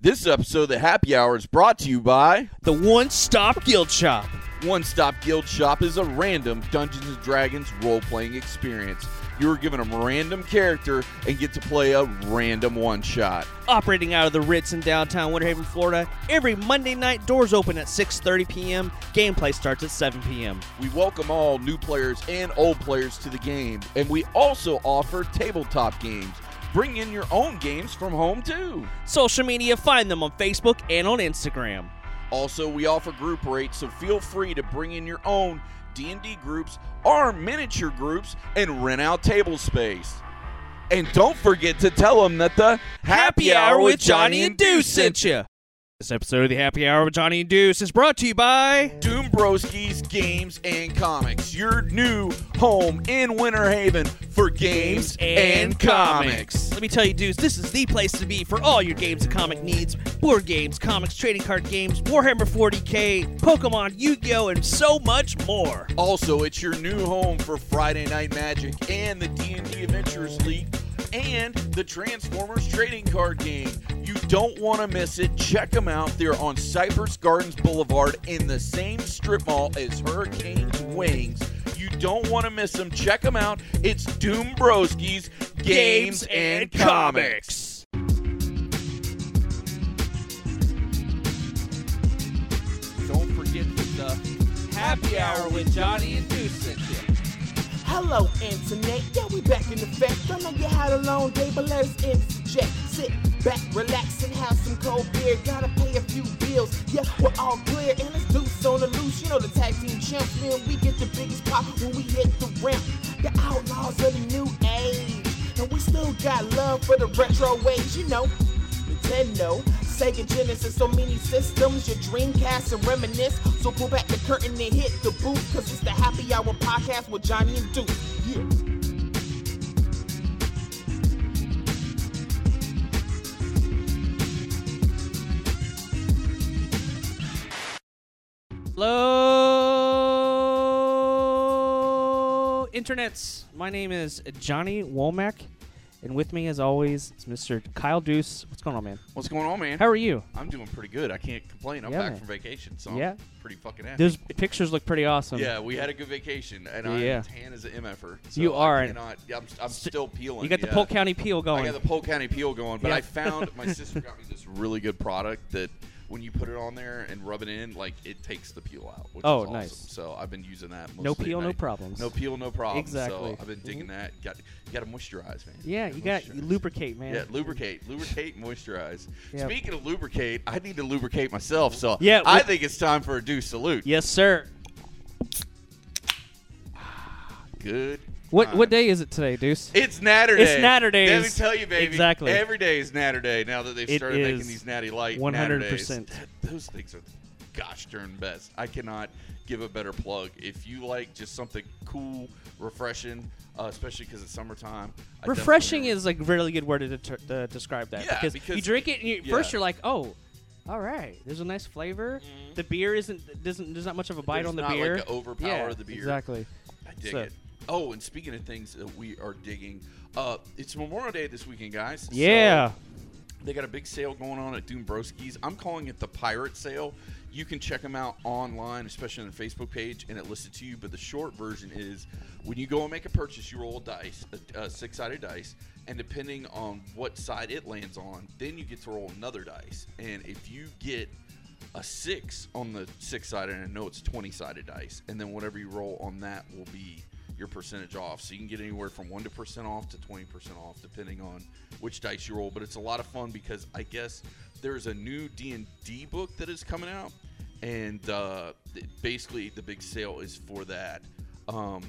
This episode of the Happy Hour is brought to you by The One Stop Guild Shop. One Stop Guild Shop is a random Dungeons and Dragons role playing experience. You are given a random character and get to play a random one shot. Operating out of the Ritz in downtown Winter Haven, Florida. Every Monday night, doors open at 6.30 p.m. Gameplay starts at 7 p.m. We welcome all new players and old players to the game, and we also offer tabletop games. Bring in your own games from home too. Social media, find them on Facebook and on Instagram. Also, we offer group rates, so feel free to bring in your own D&D groups or miniature groups and rent out table space. And don't forget to tell them that the Happy Hour with Johnny and Deuce sent you. This episode of the Happy Hour with Johnny and Deuce is brought to you by Doom Broskies Games and Comics, your new home in Winter Haven for games and comics. Let me tell you, dudes, this is the place to be for all your games and comic needs board games, comics, trading card games, Warhammer 40k, Pokemon, Yu Gi Oh!, and so much more. Also, it's your new home for Friday Night Magic and the D&D Adventures League and the Transformers Trading Card Game. You don't want to miss it. Check them out. They're on Cypress Gardens Boulevard in the same strip mall as Hurricane's Wings. You don't want to miss them. Check them out. It's Doom Broskies Games, and Comics. Don't forget that the Happy Hour with Johnny and Deuce sent you. Hello, internet. Yeah, we back in effect. I know you had a long day, but let's interject. Sit back, relax, and have some cold beer. Gotta pay a few bills. Yeah, we're all clear, and let's do so on the loose. You know the tag team champs, man. We get the biggest pop when we hit the ramp. The outlaws of the new age, and we still got love for the retro ways. You know, Nintendo, Sega Genesis, so many systems, your Dreamcast and reminisce. So pull back the curtain and hit the booth, cause it's the Happy Hour podcast with Johnny and Duke. Yeah. Hello, internets. My name is Johnny Womack, and with me, as always, is Mr. Kyle Deuce. What's going on, man? What's going on, man? How are you? I'm doing pretty good. I can't complain. I'm Yeah, back man. from vacation, so Yeah. I'm pretty fucking happy. Those pictures look pretty awesome. yeah, we had a good vacation, and Um, Yeah. I'm tan as an mf'er. So You I are. cannot- I'm, I'm still peeling. You got the yeah. Polk County peel going. I got the Polk County peel going, but Yeah. I found my sister got me this really good product that when you put it on there and rub it in, like it takes the peel out. Which Oh, is awesome. nice. So I've been using that. Mostly No at peel, no night. problems. No peel, no problem. Exactly. Mm-hmm. So I've been digging that. Got you got to moisturize, man. yeah, you got you Moisturize. lubricate, man. Yeah, lubricate, lubricate, moisturize. Yeah. Speaking of lubricate, I need to lubricate myself, so Yeah, I we- think it's time for a do salute. yes, sir. Good. What what times. day is it today, Deuce? It's Natter Day. It's Natter Let me Days. tell you, baby. Exactly. Every day is Natter Day now that they've It started making is these Natty Light 100%. Natter Days. Those things are the gosh darn best. I cannot give a better plug. If you like just something cool, refreshing, uh, especially because it's summertime. I definitely Refreshing recommend- is like really good word to, det- to describe that Yeah, because, because- you drink it and you, yeah. first you're like, oh, all right, there's a nice flavor. The beer isn't doesn't there's not much of a bite Mm-hmm. There's on the not, like, beer. a overpower yeah, of the beer. Exactly. I dig So- it. Oh, and speaking of things that we are digging, uh, it's Memorial Day this weekend, guys. so Yeah. They got a big sale going on at Doom Broskies. I'm calling it the Pirate Sale. You can check them out online, especially on their Facebook page, and it lists it to you. But the short version is when you go and make a purchase, you roll a dice, a, a six sided dice, and depending on what side it lands on, then you get to roll another dice. And if you get a six on the six sided, and I know it's 20 sided dice, and then whatever you roll on that will be your percentage off. So you can get anywhere from 1% off to 20% off depending on which dice you roll, but it's a lot of fun because I guess there's a new D&D book that is coming out and uh, th- basically the big sale is for that. Um,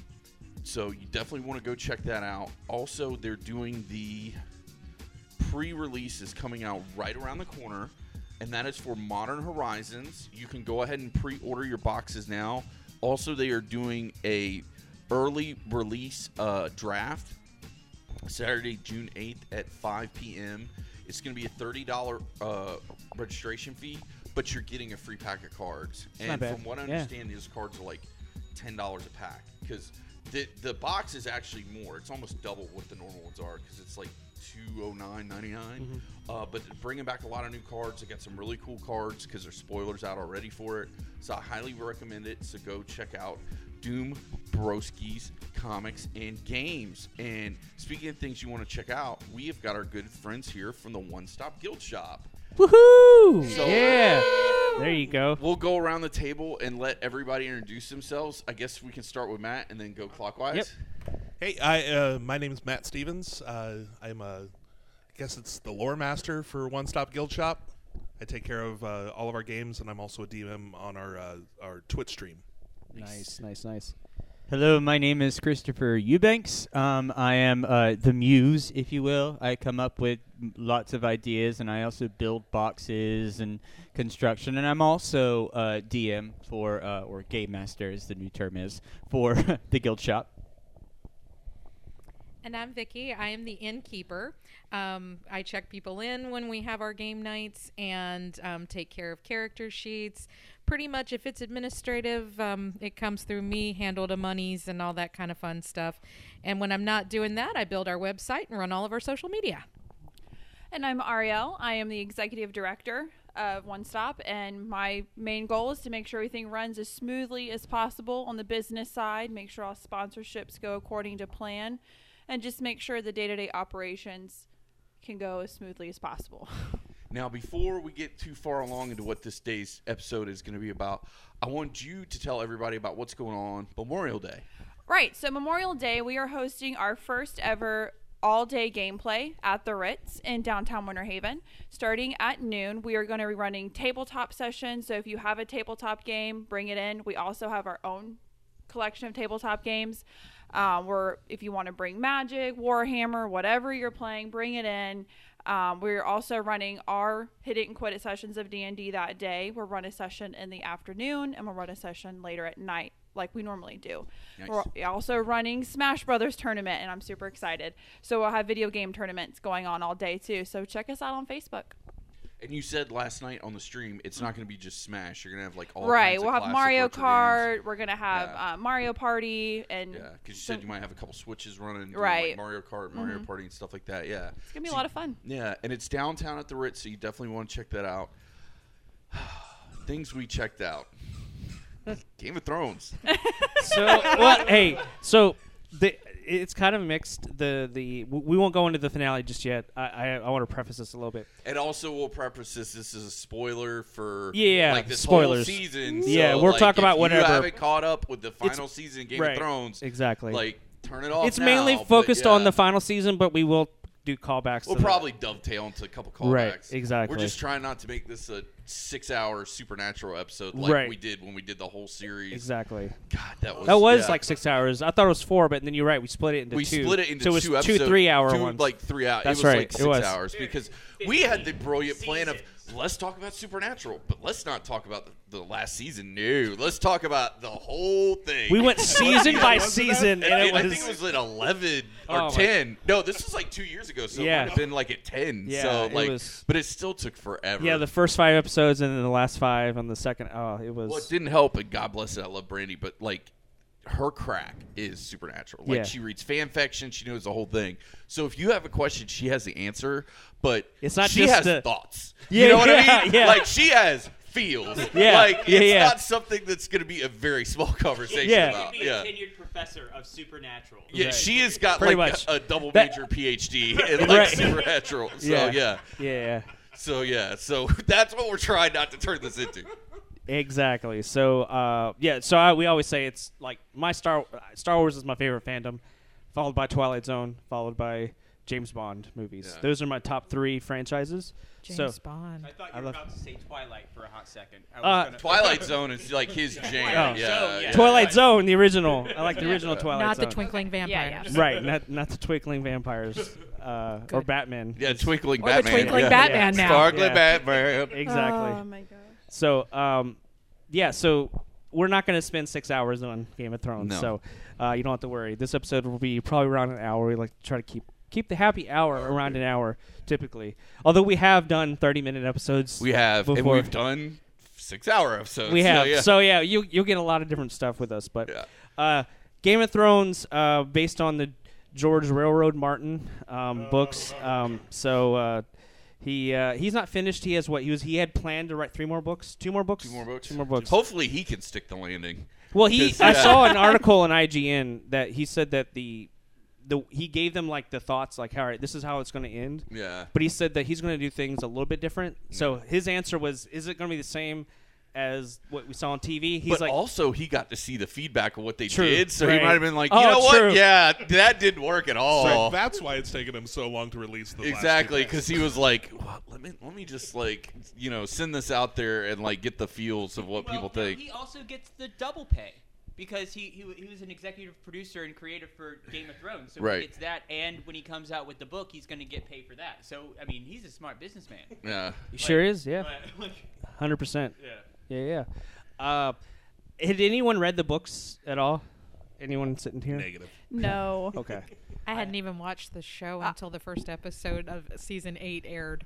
so you definitely want to go check that out. Also, they're doing the pre-release is coming out right around the corner and that is for modern horizons you can go ahead and pre-order your boxes now also they are doing a early release uh, draft saturday june 8th at 5 p.m it's going to be a $30 uh, registration fee but you're getting a free pack of cards not and bad. from what i Yeah. understand these cards are like $10 a pack because the, the box is actually more it's almost double what the normal ones are because it's like 209.99. Uh, but they're bringing back a lot of new cards. They got some really cool cards because there's spoilers out already for it. So I highly recommend it. So go check out Doom Broskies Comics and Games. And speaking of things you want to check out, we have got our good friends here from the One Stop Guild Shop. Woohoo! So- yeah. There you go. We'll go around the table and let everybody introduce themselves. I guess we can start with Matt and then go clockwise. Yep. Hey, I uh, my name is Matt Stevens. Uh, I'm a, I guess it's the lore master for One Stop Guild Shop. I take care of uh, all of our games, and I'm also a DM on our uh, our Twitch stream. Nice, nice, nice. Hello, my name is Christopher Eubanks. Um, I am uh, the muse, if you will. I come up with m- lots of ideas, and I also build boxes and construction. And I'm also uh, DM for, uh, or game master, as the new term is, for the guild shop. And I'm Vicky. I am the innkeeper. Um, I check people in when we have our game nights and um, take care of character sheets. Pretty much, if it's administrative, um, it comes through me, handle the monies and all that kind of fun stuff. And when I'm not doing that, I build our website and run all of our social media. And I'm Ariel. I am the executive director of One Stop, and my main goal is to make sure everything runs as smoothly as possible on the business side, make sure all sponsorships go according to plan, and just make sure the day to day operations can go as smoothly as possible. Now, before we get too far along into what this day's episode is going to be about, I want you to tell everybody about what's going on Memorial Day. Right. So Memorial Day, we are hosting our first ever all-day gameplay at the Ritz in downtown Winter Haven. Starting at noon, we are going to be running tabletop sessions. So if you have a tabletop game, bring it in. We also have our own collection of tabletop games. Um, where if you want to bring Magic, Warhammer, whatever you're playing, bring it in. Um, we're also running our hit it and quit it sessions of D&D that day. We'll run a session in the afternoon and we'll run a session later at night like we normally do. We're also running Smash Brothers tournament and I'm super excited. So we'll have video game tournaments going on all day too. So check us out on Facebook. And you said last night on the stream, it's not going to be just Smash. You're going to have like all right, kinds we'll of have classic Mario retro Kart, games. we're going to have Yeah. uh, Mario Party and Yeah, because you said you might have a couple switches running, doing, like, Right. Mm-hmm. Mario Kart, Mario Party, and stuff like that. Yeah, it's going to be a lot of fun. Yeah, and it's downtown at the Ritz, so you definitely want to check that out. Things we checked out: Game of Thrones. so well, hey, so the it's kind of mixed. The the w- we won't go into the finale just yet. I I, I want to preface this a little bit. And also, we'll preface this: this is a spoiler for Yeah, like this spoilers. whole season. Yeah, so, we'll like, talk about if whatever. You haven't caught up with the final season of Game right, of Thrones. exactly. Like, turn it off. it's mainly now, but focused on yeah. the final season, but we will do callbacks. We'll to that. probably dovetail into a couple callbacks. Right, exactly. We're just trying not to make this a six-hour supernatural episode like Right. we did when we did the whole series. exactly. God, that was That was yeah. like six hours. I thought it was four, but then you're right. We split it into we two. split it into so it was two episodes, two three hour two, ones. like three hours. That's it was right, like it six was. hours because we had the brilliant plan of let's talk about Supernatural, but let's not talk about the, the last season. No, let's talk about the whole thing. we went season by Wasn't that- season, and it I was think it was at eleven or Oh my- ten. No, this was like two years ago, so it Yeah. would have been like at ten. Yeah, so it like, was- but it still took forever. yeah the first five episodes, and then the last five on the second. Oh, it was. Well, it didn't help, and God bless it. I love Brandy, but like her crack is supernatural. Like Yeah. she reads fan fiction, she knows the whole thing. So if you have a question, she has the answer, but It's not she just has the- thoughts. Yeah, you know what yeah, I mean? yeah. Like she has feels. Yeah, like yeah, it's yeah. not something that's going to be a very small conversation Yeah. about. Yeah. tenured professor of supernatural. Yeah, she has got Pretty like much. A, a double That- major PhD in like Right. supernatural. So Yeah. yeah, yeah. so yeah, so that's what we're trying not to turn this into. Exactly. So, uh, yeah. So I, we always say it's like my Star uh, Star Wars is my favorite fandom, followed by Twilight Zone, followed by James Bond movies. Yeah. Those are my top three franchises. James so Bond. I thought I you were love- about to say Twilight for a hot second. I Uh, gonna- Twilight Zone is like his jam. Oh. yeah, Zone, yeah. yeah. Twilight Zone, the original. I like the original Not Twilight Not Zone. the twinkling vampire. yeah. Right, not not the twinkling vampires uh, or Batman. Yeah, twinkling Or the Batman. twinkling yeah. Batman now. Sparkling Yeah. Batman. Exactly. Oh my god. So, um, yeah, so we're not going to spend six hours on Game of Thrones. No. So uh, you don't have to worry. This episode will be probably around an hour. We like to try to keep keep the happy hour around an hour typically. Although we have done thirty minute episodes. We have, and Before. we've done six-hour episodes. We have. So, yeah. So yeah, you you'll get a lot of different stuff with us. But Yeah. uh, Game of Thrones, uh, based on the George Railroad Martin um, books. Um, so uh, he uh, he's not finished. He has what he was. He had planned to write three more books, two more books, Two more books. two more books. Hopefully, he can stick the landing. Well, he 'Cause, I yeah. saw an article on IGN that he said that the the he gave them like the thoughts like all right this is how it's going to end. Yeah. But he said that he's going to do things a little bit different. So his answer was, is it going to be the same as what we saw on TV? He's but like, also, he got to see the feedback of what they True, did, so right. he might have been like, you Oh, know true. what? Yeah, that didn't work at all. So that's why it's taken him so long to release the last two exactly, books. because he was like, "Well, let me let me just like you know send this out there and like get the feels of what people no, think. He also gets the double pay because he, he w- he was an executive producer and creative for Game of Thrones, so Right. he gets that. And when he comes out with the book, he's going to get paid for that. So I mean, he's a smart businessman. Yeah, he sure is, yeah, But- hundred percent, yeah, yeah, yeah. Uh, had anyone read the books at all? Anyone sitting here? negative. No. Okay. I hadn't even watched the show Ah. until the first episode of season eight aired.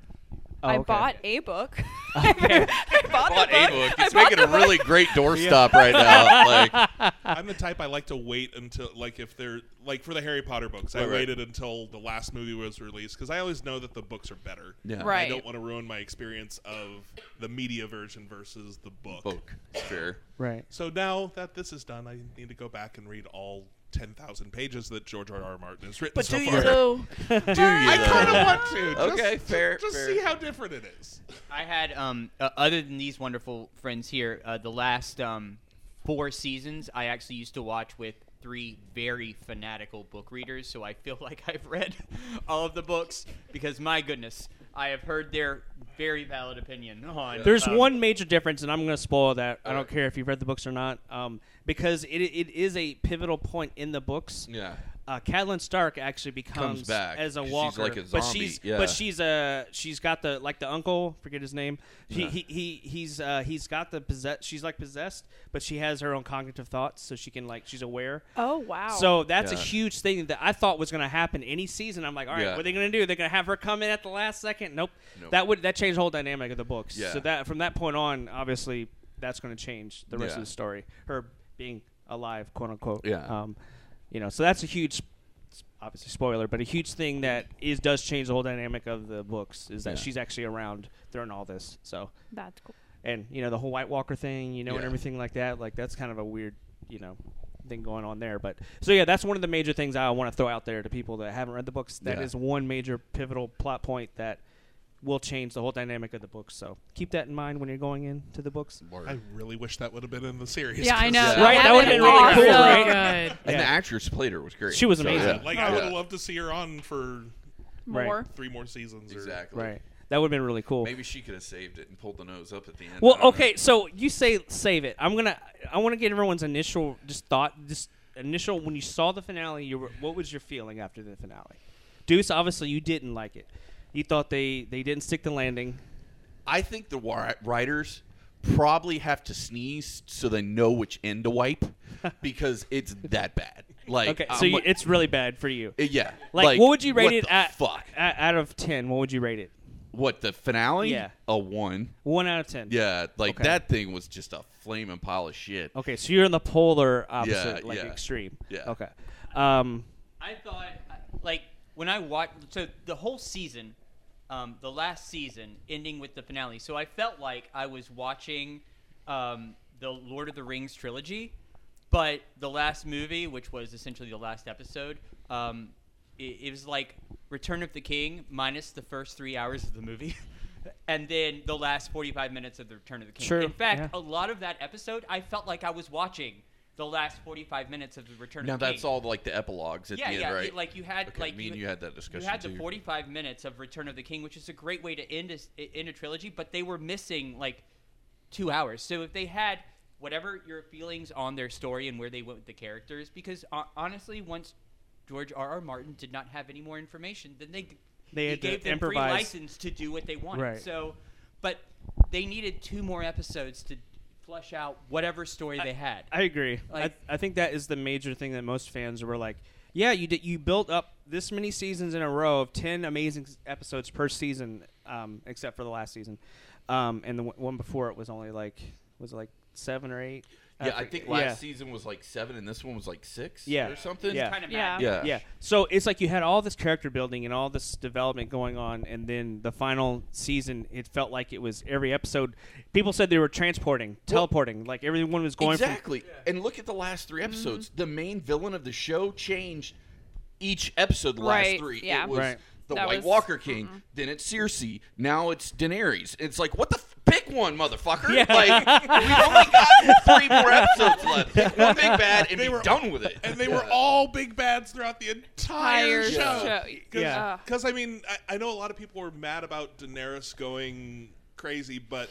Oh, I okay. bought a book. I bought, bought the a book. book. I It's bought making the a book. really great doorstop right now. Like, I'm the type I like to wait until, like, if they're like for the Harry Potter books, I Right, right. waited until the last movie was released because I always know that the books are better. Yeah. And Right. I don't want to ruin my experience of the media version versus the book. book, sure. right. So now that this is done, I need to go back and read all ten thousand pages that George R. R. Martin has written But so do you far. So Do you? I though? kind of want to. Just, Okay, fair, Just fair. see how different it is. I had um, uh, other than these wonderful friends here, uh, the last um, four seasons I actually used to watch with three very fanatical book readers, so I feel like I've read all of the books because my goodness, I have heard their very valid opinion on. There's um, one major difference, and I'm going to spoil that. I don't care if you've read the books or not, um, because it, it is a pivotal point in the books. Yeah. Uh, Catelyn Stark actually becomes back. as a She's walker, like a but zombie, she's yeah. but she's uh she's got the like the uncle forget his name he he, he he's uh he's got the possess she's like possessed but she has her own cognitive thoughts so she can like she's aware Oh wow. so that's a Yeah. huge thing that I thought was going to happen any season. I'm like, all right, Yeah. what are they going to do? They're going to have her come in at the last second? Nope. Nope. That would that changed the whole dynamic of the books. Yeah. So that from that point on, obviously, that's going to change the rest Yeah. of the story. Her being alive, quote unquote. Yeah. Um, you know, so that's a huge, obviously spoiler, but a huge thing that is does change the whole dynamic of the books is that Yeah. she's actually around during all this. So that's cool. and you know the whole White Walker thing, you know, and Yeah. everything like that. Like that's kind of a weird, you know, thing going on there. But so yeah, that's one of the major things I want to throw out there to people that haven't read the books. That is Yeah. one major pivotal plot point that will change the whole dynamic of the books. So keep that in mind when you're going into the books. I really wish that would have been in the series. Yeah, I 'cause, know. Yeah. Right, that would've been really cool, so right? good. And Yeah. the actress played her was great. She was So, amazing. yeah. Like I would Yeah. have loved to see her on for Right. More. three more seasons. Or, Exactly. Right. That would have been really cool. Maybe she could have saved it and pulled the nose up at the end. I Well, don't okay, so you say save it. I'm gonna. I want to get everyone's initial just thought, just initial when you saw the finale. You were, what was your feeling after the finale? Deuce, obviously you didn't like it. You thought they they didn't stick the landing. I think the wi- writers probably have to sneeze so they know which end to wipe because it's that bad. Like, Okay, I'm so you, like- it's really bad for you. um, it- yeah. Like, what would you rate what it the at? Fuck. a- out of ten, what would you rate it? What the finale? Yeah. A one. One out of ten. Yeah, like Okay. that thing was just a flaming pile of shit. Okay, so you're in the polar opposite, Yeah, like yeah. extreme. Yeah. Okay. Um. I thought, I- like, when I watched, so the whole season, um, the last season, ending with the finale. So I felt like I was watching um, the Lord of the Rings trilogy, but the last movie, which was essentially the last episode, um, it, it was like Return of the King minus the first three hours of the movie. And then the last 45 minutes of the Return of the King. Sure, In fact, yeah. a lot of that episode, I felt like I was watching the last 45 minutes of the Return Now of the King that's all like the epilogues at yeah, the end, yeah. right? you- like you had, Okay, like me and you had that discussion You had the too. 45 minutes of Return of the King, which is a great way to end a, e, end a trilogy, but they were missing like two hours. So if they had whatever your feelings on their story and where they went with the characters, because uh, honestly, once George R. R. Martin did not have any more information, then they They he had to gave them free improvise. license to do what they wanted. Right. So, but they needed two more episodes to flush out whatever story they had. I agree. Like- I, I think that is the major thing that most fans were like, yeah, you did, you built up this many seasons in a row of ten amazing s- episodes per season, um, except for the last season, um, and the w- one before it was only like was it like seven or eight. Yeah, I I think forget. last Yeah. season was like seven, and this one was like six. Yeah. or something. Yeah. Kind of Yeah. yeah, Yeah. So it's like you had all this character building and all this development going on, and then the final season, it felt like it was every episode. People said they were transporting, teleporting, like everyone was going. from- exactly. And look at the last Mm-hmm. three episodes. The main villain of the show changed each episode. The last Right, three, yeah. it was Right. the That White was- mm-hmm. Walker King. Then it's Cersei. Now it's Daenerys. It's like what the f- pick one, motherfucker. Yeah. Like we've only got three more episodes left. Pick one big bad and be done with it. and they were all big bads throughout the entire Entire show. show. Yeah. Because I mean, I, I know a lot of people were mad about Daenerys going crazy, but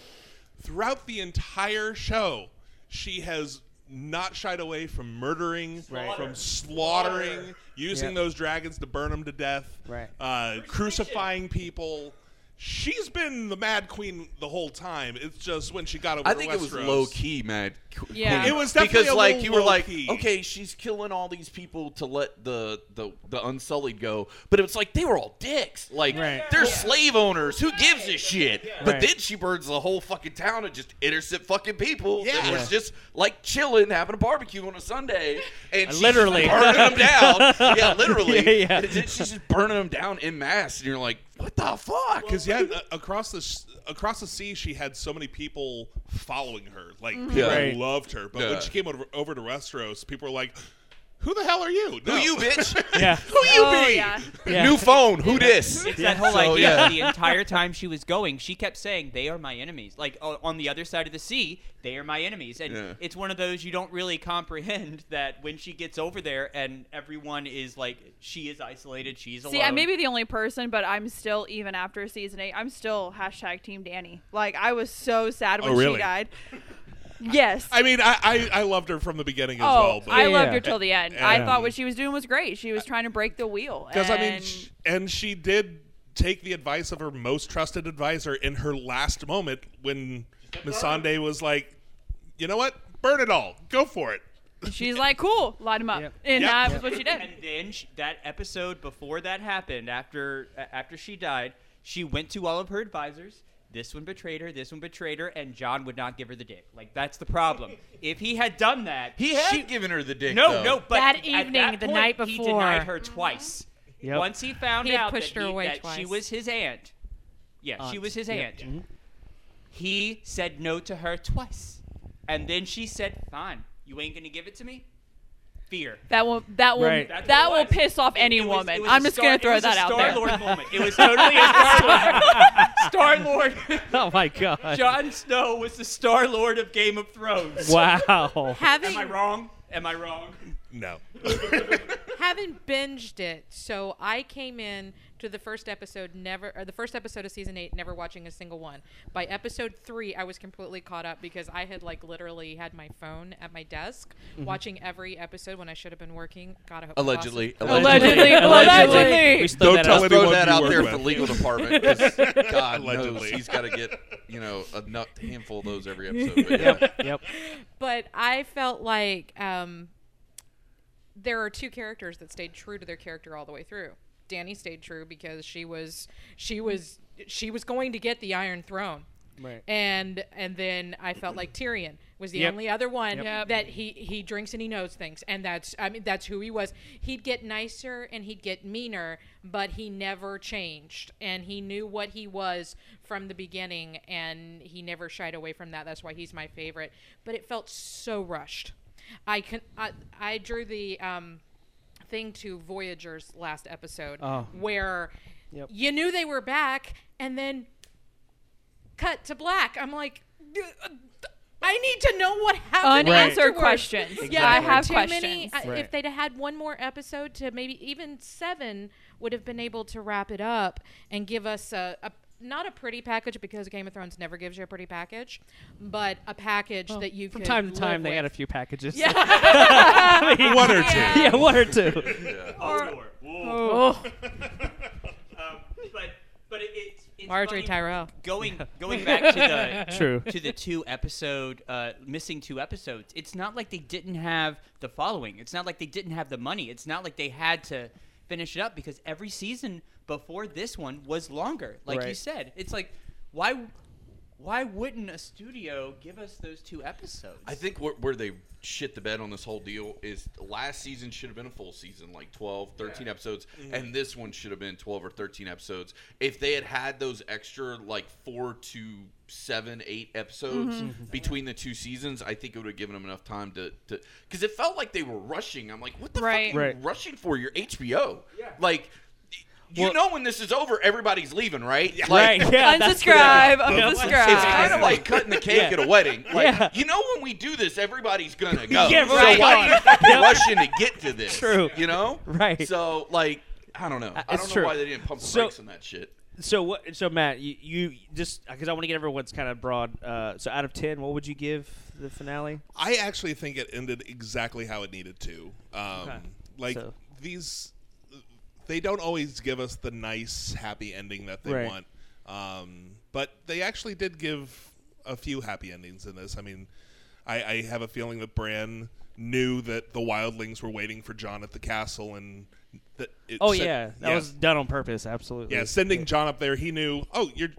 throughout the entire show, she has not shied away from murdering, from slaughtering, using Yep. those dragons to burn them to death, Right. uh, crucifying people. She's been the Mad Queen the whole time. It's just when she got over. I to think it was Westeros- low key, man. Yeah. It was definitely because a like little you were low like, key. okay, she's killing all these people to let the the, the unsullied go, but it's like they were all dicks. Like Right. they're slave owners. Who gives a shit? But Right. then she burns the whole fucking town and just innocent fucking people. Yeah, Yeah. was just like chilling, having a barbecue on a Sunday, and she's Literally. just burning them down. Yeah, literally. Yeah, yeah. And then she's just burning them down in mass, and you're like, what the fuck? Because yeah, uh, across the s- across the sea, she had so many people following her. Like people Yeah. Right. loved her, but Mm-hmm. Yeah. when she came over, over to Westeros, people were like, "Who the hell are you? Who No." you bitch? Yeah. Who you Oh, be? yeah. Yeah. New phone. Who this? It's that whole So, idea. yeah. The entire time she was going, she kept saying, "They are my enemies." Like o- on the other side of the sea, they are my enemies, and Yeah. it's one of those you don't really comprehend that when she gets over there and everyone is like, she is isolated, she's alone. See, I may be the only person, but I'm still even after season eight. I'm still hashtag Team Danny. Like I was so sad when Oh, really? she died. Yes. I mean, I, I I loved her from the beginning as oh, well. But, I loved Yeah. her till the end. Yeah. I thought what she was doing was great. She was trying to break the wheel. Because I mean, and- sh- and she did take the advice of her most trusted advisor in her last moment when Missandei was like, "You know what? Burn it all. Go for it." she's like, "Cool, light him up," Yep. and Yep. that was what she did. And then sh that episode before that happened, after uh, after she died, she went to all of her advisors. This one betrayed her. This one betrayed her, and John would not give her the dick. Like that's the problem. If he had done that, He had given her the dick. No, though. no, but That at evening, that the point, night he denied before. her twice. Yep. Once he found He had out pushed that, her he- away that she twice. was his aunt. Yeah, she Aunt. was his Yep. Mm-hmm. aunt. He said no to her twice, and then she said, "Fine, you ain't gonna give it to me." Fear. That will that will Right. That's that what will it was. piss off It- any it was- woman. it was a I'm just Star- gonna throw it was that a out Star there. Lord moment. It was totally a Star Lord. Star Lord. Oh my god. Jon Snow was the Star Lord of Game of Thrones. Wow. Am Having I wrong? Am I wrong? No. haven't binged it, so I came in to the first episode never or the first episode of season 8 never watching a single one. By episode 3, I was completely caught up because I had like literally had my phone at my desk watching every episode when I should have been working. God, I hope my boss is- Allegedly, Allegedly, Allegedly. allegedly. We still Don't that tell out. us- throw anyone that you out work there with. for legal department. 'cause God knows Allegedly. he's got to get you know a nut handful of those every episode. But yeah. Yep. but I felt like um, there are two characters that stayed true to their character all the way through. Danny stayed true because she was she was she was going to get the Iron Throne. Right. And and then I felt like Tyrion was the Yep. only other one Yep. that he he drinks and he knows things and that's I mean that's who he was. He'd get nicer and he'd get meaner, but he never changed and he knew what he was from the beginning and he never shied away from that. That's why he's my favorite. But it felt so rushed. I can I, I drew the um thing to Voyager's last episode Oh. where Yep. you knew they were back and then cut to black. I'm like, "D- uh, I need to know what happened. Unanswered afterwards." questions. Yeah, I there were have too Many, questions. I- Right. If they'd had one more episode to maybe even seven would have been able to wrap it up and give us a. a not a pretty package because Game of Thrones never gives you a pretty package, but a package that you From could time to live time, they with. had a few packages. Yeah. One or two. yeah, one or two. Or, Oh, Um, but but it, it's, it's Marjorie funny. Tyrell. Going going back to the True. to the two episode uh, missing two episodes. It's not like they didn't have the following. It's not like they didn't have the money. It's not like they had to finish it up because every season before this one was longer. Like you Right. said, it's like why why wouldn't a studio give us those two episodes? I think where, where they shit the bed on this whole deal is last season should have been a full season, like 12, 13 episodes, and this one should have been 12 or 13 episodes. If they had had those extra, like, four to seven, eight episodes between the two seasons, I think it would have given them enough time to. Because it felt like they were rushing. I'm like, what the Right. fuck are you Right. rushing for? You're HBO. Like, you Well- know when this is over, everybody's leaving, right? Like, right. Yeah. that's- unsubscribe, it's unsubscribe. kind of like cutting the cake at a wedding. Like, Yeah. you know, when we do this, everybody's gonna go. Yeah, so right. why are you fucking rushing to get to this? True. You know. Right. Uh, So, like, I don't know. I it's don't know true. why they didn't pump the So- brakes on that shit. So what? So Matt, you, you just because I want to get everyone's kind of broad. Uh, so out of ten, what would you give the finale? I actually think it ended exactly how it needed to. Um, Like So- these, they don't always give us the nice, happy ending that they Right. want. Um, but they actually did give a few happy endings in this. I mean, I, I have a feeling that Bran knew that the wildlings were waiting for John at the castle, and that it Oh sent- yeah, that yeah. was done on purpose. Absolutely. yeah sending John up there. He knew. Oh, you're.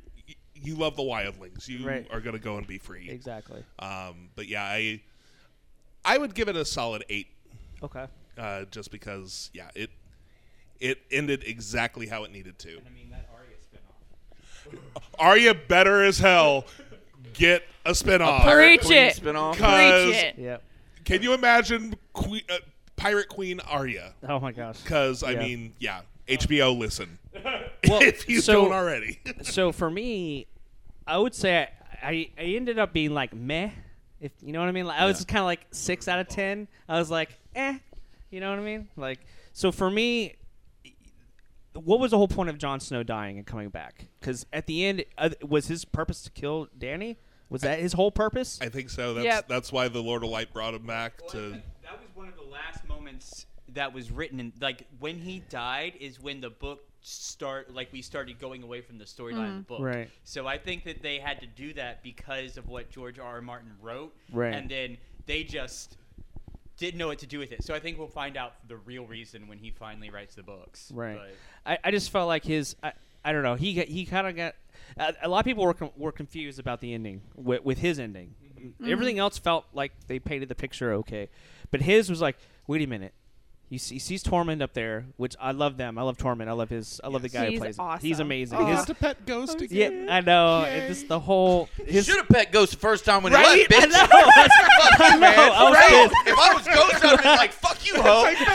You love the wildlings. You Right. are going to go and be free. Exactly. Um, but yeah, I I would give it a solid eight, Okay. uh, just because yeah, it it ended exactly how it needed to. I mean, that Arya spinoff. Are you better as hell? Get a spinoff. Preach Queen it. spinoff. Because Preach it. Yep. can you imagine que- uh, Pirate Queen Arya? Oh my gosh. Because I Yeah. mean, yeah, HBO, listen. Well, if you so- don't already, so for me, I would say I, I, I ended up being like meh, if you know what I mean. Like, I was kind of like six out of ten. I was like eh, you know what I mean. Like so for me, what was the whole point of Jon Snow dying and coming back? Because at the end, uh, was his purpose to kill Danny? Was that his whole purpose? I think so. That's Yep. that's why the Lord of Light brought him back to. that was one of the last moments that was written, and like when he died is when the book start like we started going away from the storyline of the book Right. so i think that they had to do that because of what george r r martin wrote Right. and then they just didn't know what to do with it so i think we'll find out the real reason when he finally writes the books Right. But- I, I just felt like his. I, I don't know. He got, he kind of got. A, a lot of people were com- were confused about the ending with, with his ending. Mm-hmm. Everything else felt like they painted the picture okay, but his was like, wait a minute. He see- he sees Tormund up there, which I love them. I love Tormund. I love his. I love the guy He's who plays. awesome. He's amazing. Aw. His- a pet ghost yeah, I know. It- This the whole. His, Should have pet Ghost the first time when he Right? left, bitch. I know. Fuck you, man. I was Right? pissed. If I was Ghost, I'd have been like, "Fuck you, hoe! Like you could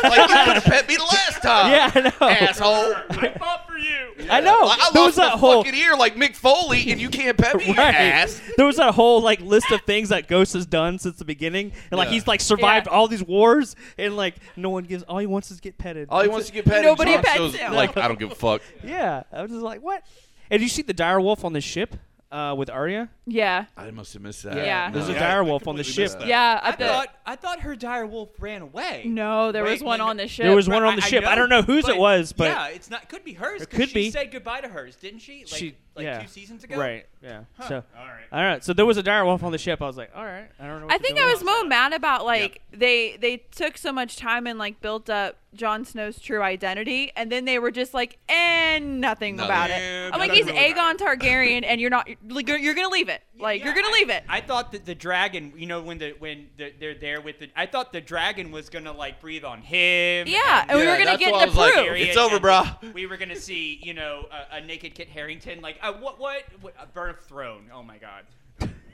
have pet me the last time, yeah, I know. asshole." i fought for you I know. Like, I there lost was that my whole fucking ear like Mick Foley, and you can't pet me, you Right. ass. There was that whole like list of things that Ghost has done since the beginning, and like Yeah. he's like survived Yeah. all these wars, and like no one gives. All he wants is get petted. All he That's wants to it. get petted. Nobody Jon pets Snow's him. Like I don't give a fuck. Yeah, I was just like, what? And you see the direwolf on the ship uh, with Arya? Yeah. I must have missed that. Yeah. There's a Yeah, I direwolf on the completely ship. missed that. Yeah. I at the- thought I thought her dire wolf ran away. no, there Wait, was one no, on the ship. There was one on the I- I ship. I don't know whose it was, but- yeah, it's not. Could be hers. It 'cause could she be. said goodbye to hers, didn't she? Like, She- like yeah. two seasons ago. Right. Yeah. So. All right. All right. So there was a direwolf on the ship. I was like, all right. I don't know. What I to think do I with was more mad about like they they took so much time and like built up Jon Snow's true identity, and then they were just like, and nothing Nothing. about Yeah, it. I'm like, nothing he's really Aegon Targaryen, and you're not like you're, you're gonna leave it. Like you're Yeah, gonna I- leave it. I thought that the dragon, you know, when the when the, they're there with the, I thought the dragon was gonna like breathe on him. yeah, and we Yeah, were that's gonna why I get the was like, proof. It's Tyrion, over, and brah. We were gonna see, you know, a, a naked Kit Harrington, like uh, what, what, what, a birth throne. Oh my god.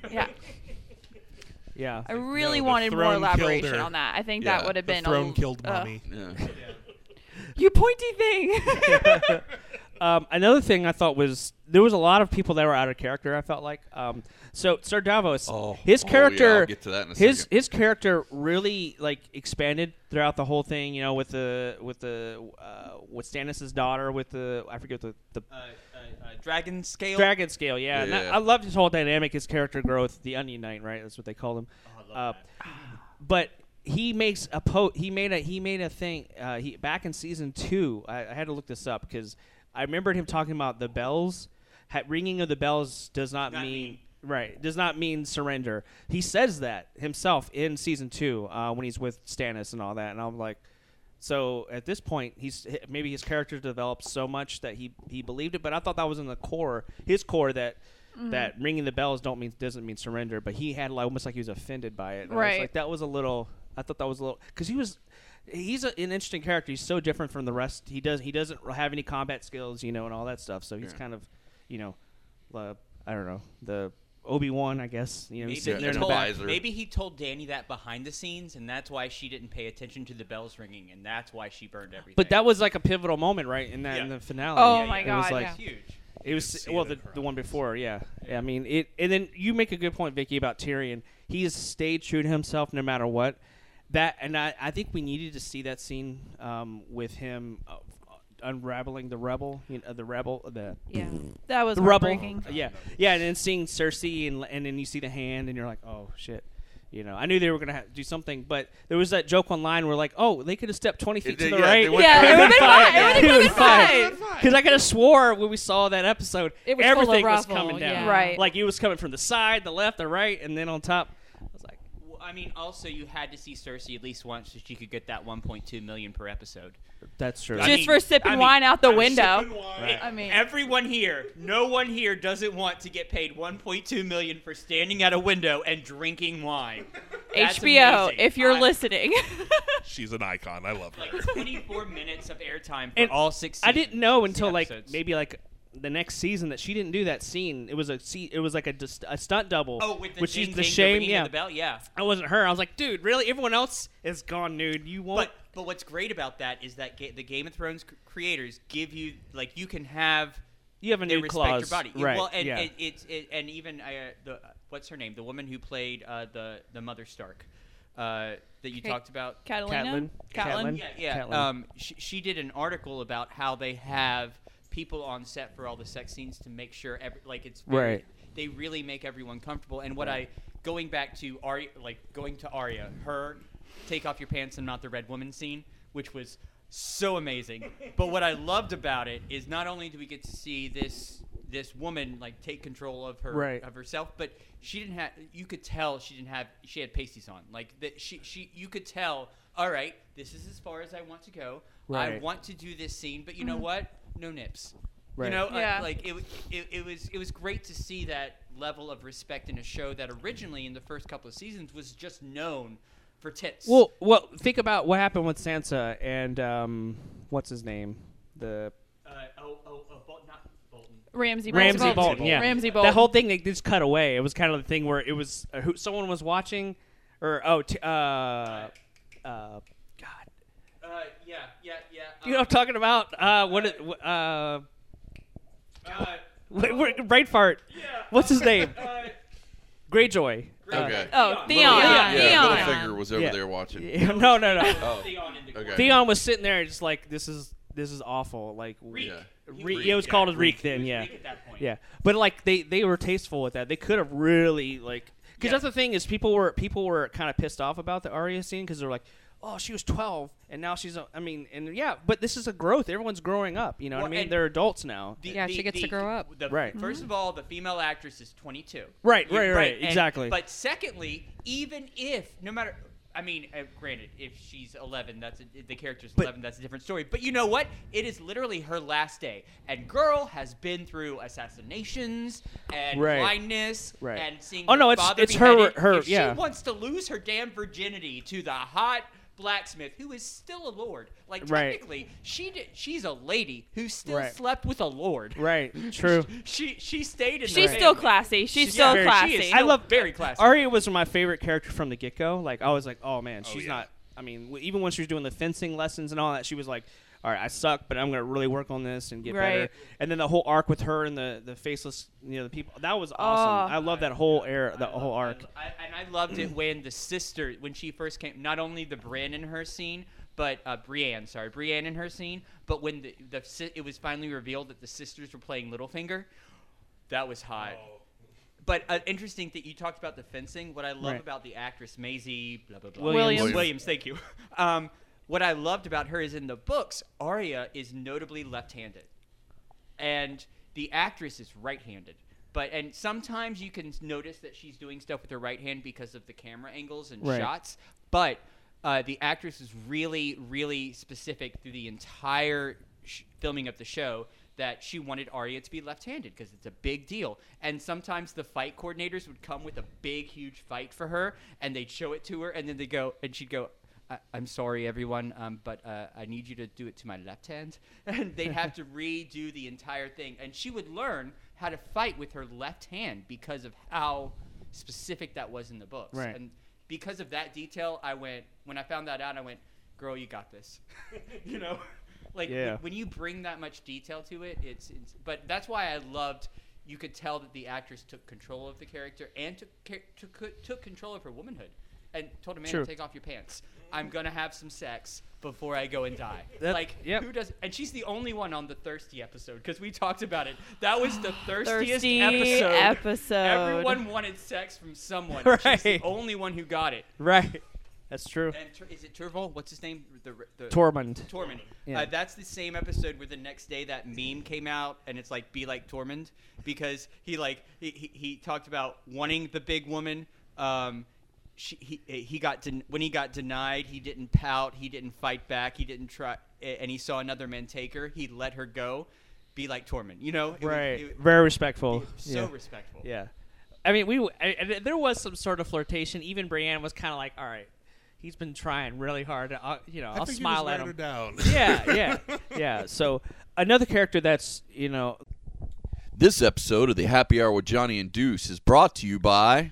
yeah, it. Yeah. I really the wanted more throne killed elaboration her. on that. I think Yeah, that would have the been throne a, killed uh, mommy. Yeah. You pointy thing. Um, another thing I thought was there was a lot of people that were out of character. I felt like um, so Sir Davos, Oh. his Oh, yeah, character, I'll get to that in a his second. his character really like expanded throughout the whole thing. You know, with the with the uh, with Stannis's daughter, with the I forget the the Uh, uh, uh, dragon scale. dragon scale. Yeah, and I- Yeah. I, loved his whole dynamic, his character growth, the Onion Knight, right? That's what they call him. uh, but he makes a po. He made a he made a thing. Uh, he back in season two, I, I had to look this up because I remembered him talking about the bells. Ha- ringing of the bells does not, Not mean. mean. Right, does not mean surrender. He says that himself in season two uh, when he's with Stannis and all that, and I'm like, so at this point, he's h- maybe his character developed so much that he he believed it. But I thought that was in the core, his core that that ringing the bells don't mean doesn't mean surrender. But he had like almost like he was offended by it. And I was Right. like that was a little. I thought that was a little because he was. He's a, an interesting character. He's so different from the rest. He does. He doesn't have any combat skills, you know, and all that stuff. So he's Yeah. kind of, you know, uh, I don't know the Obi Wan, I guess. You know, he's Yeah, sitting there in the told- back. advisor. maybe he told Danny that behind the scenes, and that's why she didn't pay attention to the bells ringing, and that's why she burned everything. But that was like a pivotal moment, right? In that in Yeah. the finale. Oh Yeah, my yeah. It was god! like- yeah. huge. It was see well it the, in her the one eyes. before, yeah. I mean it, and then you make a good point, Vicky, about Tyrion. He's stayed true to himself no matter what. That and I, I think we needed to see that scene um, with him uh, unraveling the rebel, you know, the rebel, the Yeah. That was the rebel. heartbreaking. Yeah, yeah, and then seeing Cersei, and and then you see the hand, and you're like, oh shit. You know, I knew they were gonna ha do something, but there was that joke online where like, oh, they could have stepped twenty feet to did- the yeah, right. they went Yeah, to- it would've been Fine. fine. It would've It been would've been fine. Because I could have swore when we saw that episode, It was full of everything was ruffle, coming down. yeah. Right. Like it was coming from the side, the left, the right, and then on top. I was like, Well, I mean, also you had to see Cersei at least once so she could get that 1.2 million per episode. that's true. I Just mean- for sipping I mean, wine out the I'm window. sipping wine. I mean- everyone here, no one here doesn't want to get paid 1.2 million for standing at a window and drinking wine. That's HBO, amazing. if you're I- listening. She's an icon. I love her. like 24 minutes of airtime for And all six. I didn't know until like episodes. maybe like the next season that she didn't do that scene. It was a se- it was like a, dis- a stunt double, Oh, with the which ding, is ding, the shame. ringing of yeah, the bell, yeah. I wasn't her. I was like, dude, really? Everyone else is gone nude. You won't. But but what's great about that is that ga- the Game of Thrones c- creators give you like you can have you have a they nude respect clause, your body. You- right? Well, and yeah. and it's it, and even uh, the what's her name? The woman who played uh, the the mother Stark uh, that you Okay. talked about. Catalina? Catelyn. Catelyn? Yeah, yeah. Catelyn. Um, she, she did an article about how they have people on set for all the sex scenes to make sure every, like it's very- Right. They really make everyone comfortable. And what I going back to Arya, like going to Arya, her take off your pants and not the red woman scene, which was so amazing. but what I loved about it is not only do we get to see this this woman like take control of her Right. of herself, but she didn't have. You could tell she didn't have. She had pasties on. Like that. She she. You could tell. All right, this is as far as I want to go. I Right. want to do this scene, but you know what? No nips. Right. You know, uh, Yeah. like it, it, it was it was great to see that level of respect in a show that originally in the first couple of seasons was just known for tits. Well, well, think about what happened with Sansa and um, what's his name, the uh, oh, oh, oh, Bol- not Bolton. Ramsey Ramsey Bolton. Bolton. Yeah, Ramsey That Bolton. whole thing they just cut away. It was kind of the thing where it was uh, who, someone was watching, or oh, t- uh, uh, God, Uh, yeah, yeah, yeah. you know what I'm talking about? Uh, what? it- wh- Uh, Uh, wait, wait, brain fart. What's his name? Greyjoy. Okay. Oh, Theon. yeah, Theon. Littlefinger was over Yeah. there watching. Uh, no, no, no. Oh, Theon in the okay. Theon was sitting there just like this is this is awful. Like Reek. Yeah. Reek. It was called as Reek then. Reek Yeah. at that point. Yeah, but like they they were tasteful with that. They could have really like because that's the thing is people were people were kind of pissed off about the Arya scene because they're like, oh, she was twelve and now she's a, I mean and yeah, but this is a growth. Everyone's growing up. You know Well, what I mean? and- They're adults now. The- Yeah, the- she gets to the- grow up. Mm-hmm. the- Right. First of all, the female actress is 22. Right, You- right, right, and- exactly. But secondly, even if, no matter, I mean, uh, granted, if she's 11, that's a, the character's 11, that's a different story. But you know what? It is literally her last day, and girl has been through assassinations and Right. blindness Right. and seeing. Oh, her no, it's- father it's her- beheaded. her- If yeah. She wants to lose her damn virginity to the hot blacksmith who is still a lord. Like Right. technically, she did, she's a lady who still Right. slept with a lord. Right. True. She she stayed in. She's the still family. classy. She's, She's still very- classy. she is I still love very classy. Arya was my favorite character from the get go. Like I was like, oh man, she's yeah. not. I mean, w- even when she was doing the fencing lessons and all that, she was like, all right, I suck, but I'm gonna really work on this and get Right. better. And then the whole arc with her and the the faceless, you know, the people that was awesome. Oh. I love that whole era, the whole arc. I, and I loved it when the sister, when she first came, not only the Bran in her scene, but uh, Brienne, sorry, Brienne in her scene, but when the, the si- it was finally revealed that the sisters were playing Littlefinger, that was hot. But uh, interesting that you talked about the fencing. What I love Right. about the actress Maisie, blah blah blah. Williams. Williams, thank you. Um, what I loved about her is in the books, Arya is notably left-handed. and the actress is right-handed. But and sometimes you can notice that she's doing stuff with her right hand because of the camera angles and Right. shots. But uh, the actress is really, really specific through the entire sh- filming of the show that she wanted Arya to be left-handed because it's a big deal. And sometimes the fight coordinators would come with a big, huge fight for her, and they'd show it to her, and then they go, and she'd go. I- I'm sorry, everyone, um, but uh, I need you to do it to my left hand. And they'd have to redo the entire thing. And she would learn how to fight with her left hand because of how specific that was in the books. Right. And because of that detail, I went, when I found that out, I went, girl, you got this. you know? Like, Yeah. when- when you bring that much detail to it, it's, it's. But that's why I loved. You could tell that the actress took control of the character and took ca- took, took control of her womanhood, and told a man True. to take off your pants. I'm gonna have some sex before I go and die. That- like yep. who does? And she's the only one on the thirsty episode because we talked about it. That was the thirstiest Thirsty episode. episode. Everyone wanted sex from someone. and She's the Right. only one who got it. Right. That's true. And Tur- is it Turvol? What's his name? The, the Tormund. Tormund. Yeah. Uh, that's the same episode where the next day that meme came out, and it's like be like Tormund because he like he, he, he talked about wanting the big woman. Um, she, he he got den- when he got denied, he didn't pout, he didn't fight back, he didn't try, a- and he saw another man take her. He let her go. Be like Tormund, you know? It was- Right. it- Very respectful. so yeah. respectful. Yeah. I mean, we I, I- there was some sort of flirtation. Even Brienne was kind of like, "All right, he's been trying really hard. I'll, you know, I will think smile he was at him." wearing her down. yeah, yeah, yeah. So another character that's you know This episode of the Happy Hour with Johnny and Deuce is brought to you by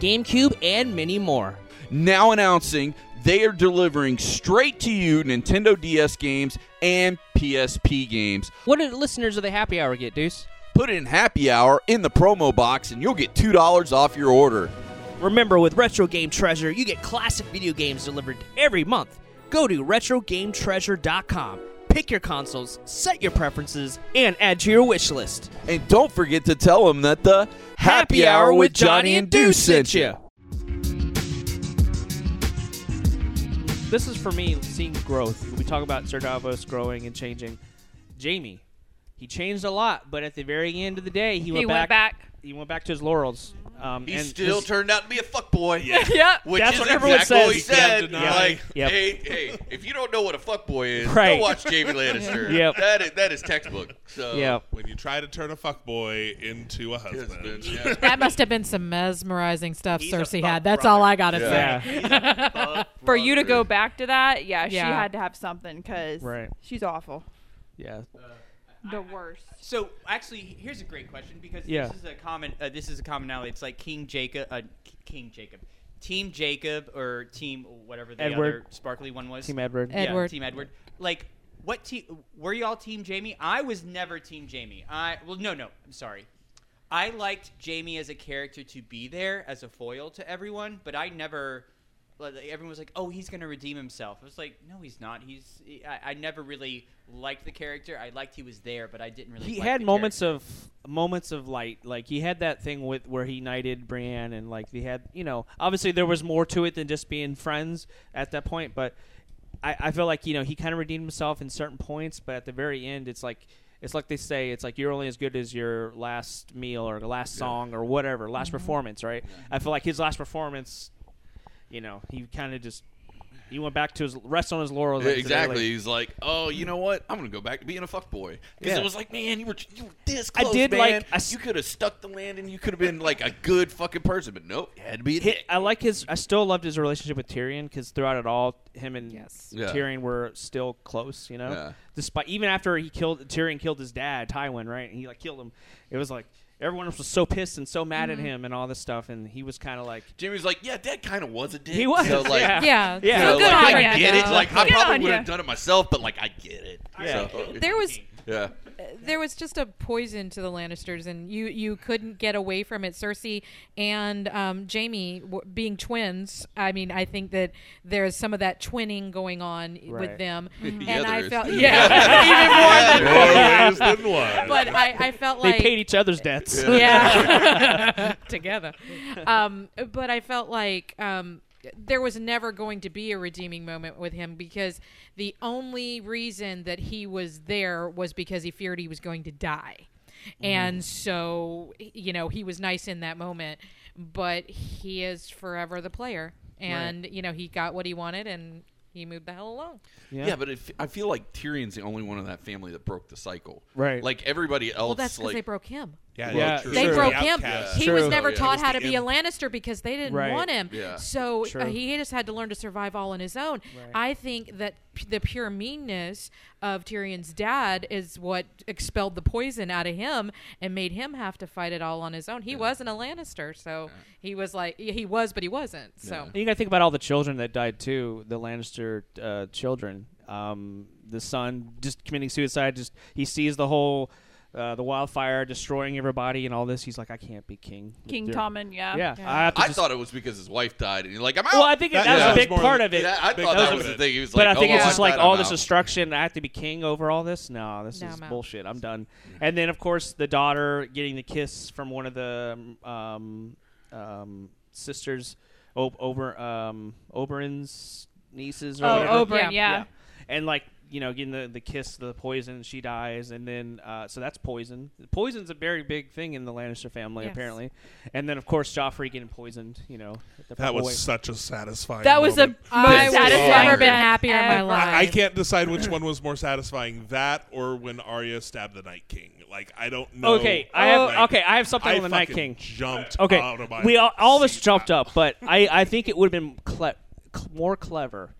GameCube, and many more. Now announcing they are delivering straight to you Nintendo DS games and PSP games. What do the listeners of the happy hour get, Deuce? Put in happy hour in the promo box and you'll get $2 off your order. Remember, with Retro Game Treasure, you get classic video games delivered every month. Go to RetroGameTreasure.com, pick your consoles, set your preferences, and add to your wish list. And don't forget to tell them that the Happy, Hour with Johnny and Deuce sent you. This is for me seeing growth. We talk about Sir Davos growing and changing. Jamie, he changed a lot, but at the very end of the day, he, he went back. He went back to his laurels. Um, He and still his- turned out to be a fuckboy. Yeah. Yep. Which That's is what everyone exactly what he says. said. Yeah. Like, Yep. hey, hey, if you don't know what a fuckboy is, Right. go watch Jamie Lannister. Yep. That is that is textbook. So yeah. when you try to turn a fuckboy into a husband. husband, yeah. That must have been some mesmerizing stuff He's a Cersei fuck had. That's brother. all I gotta Yeah. say. For you to go back to that, yeah, she Yeah. had to have something because Right. she's awful. Yeah. The worst. So actually, here's a great question because Yeah. this is a common. Uh, this is a commonality. It's like King Jacob, uh, K- King Jacob, Team Jacob, or Team whatever the Edward. other sparkly one was. Team Edward. Yeah, Edward. Team Edward. Like, what team? Were y'all Team Jamie? I was never Team Jamie. I well, no, no. I'm sorry. I liked Jamie as a character to be there as a foil to everyone, but I never. like, Everyone was like, "Oh, he's gonna redeem himself." I was like, "No, he's not. He's." I, I never really liked the character. I liked he was there, but I didn't really. he like had the moments character. of moments of light. Like he had that thing with where he knighted Brienne, and like they had, you know, obviously there was more to it than just being friends at that point. But I, I feel like you know he kind of redeemed himself in certain points, but at the very end, it's like it's like they say, it's like you're only as good as your last meal or last song or whatever, last performance, right? I feel like his last performance, you know, he kind of just he went back to his rest on his laurels. like, exactly. He's like, oh, you know what? I'm gonna go back to being a fuckboy because Yeah. it was like, man, you were you were this I close. did man. like- I s- you could have stuck the landing. You could have been like a good fucking person, but nope, you had to be a Hi dick. I like his. I still loved his relationship with Tyrion because throughout it all, him and Yes. Yeah. Tyrion were still close. You know, Yeah. despite even after he killed Tyrion, killed his dad Tywin, right? And he like killed him. It was like everyone else was so pissed and so mad at him and all this stuff, and he was kind of like Jamie's like, yeah, that kind of was a dick. he was. So, like, yeah. Yeah. Yeah. so, So good like, on I you. get it. Like I Good probably on would ya. have done it myself, but like I get it. Yeah. So, There was yeah. there was just a poison to the Lannisters, and you you couldn't get away from it. Cersei and um, Jamie w- being twins. I mean, I think that there's some of that twinning going on Right. with them, Yeah, and I there is. felt yeah, More ways even more than. than one. But I, I felt They like paid each other's debts. yeah together um, but i felt like um, there was never going to be a redeeming moment with him because the only reason that he was there was because he feared he was going to die and so you know he was nice in that moment but he is forever the player and you know he got what he wanted and he moved the hell along Yeah, but it, I feel like Tyrion's the only one in that family that broke the cycle. Right. Like everybody else, well that's because like they broke him yeah, Yeah, true. they True. broke The him. outcast. He True. was never Oh, yeah. taught He was how to the be a imp. Lannister because they didn't Right. want him. Yeah. So uh, True. he just had to learn to survive all on his own. I think that p- the pure meanness of Tyrion's dad is what expelled the poison out of him and made him have to fight it all on his own. He wasn't a Lannister, so he was like yeah, he was, but he wasn't. So You got to think about all the children that died too. The Lannister uh, children. Um, the son just committing suicide. Just he sees the whole uh, the wildfire destroying everybody and all this. He's like, I can't be king. King They're- Tommen, yeah. Yeah, I, have to I just- thought it was because his wife died, and you're like, I'm out. Well, I think that, That- was yeah. a big That was more part than- of it. Yeah, I Big thought that part was of the it. thing. He was But like, I think oh, it's well, just I'm like out, all I'm this out. destruction. I have to be king over all this. No, this No, is I'm out. bullshit. I'm done. And then of course the daughter getting the kiss from one of the um, um, sisters, o- Ober um, Oberyn's nieces or whatever. Oh, Oberyn, yeah. Yeah. And like you know, getting the the kiss, the poison, she dies, and then uh, so that's poison. Poison's a very big thing in the Lannister family Yes. apparently. And then of course Joffrey getting poisoned. You know, at the That was boy. such a satisfying. That was the moment. most I would satisfying. have never been thing happier in my ever. life. I, I can't decide which one was more satisfying, that or when Arya stabbed the Night King. Like I don't know. Okay, I have Like, okay, I have something I on the Night fucking King. Jumped. Okay, Out of my we all, all of us seat. jumped up, but I, I think it would have been cle- cl- more clever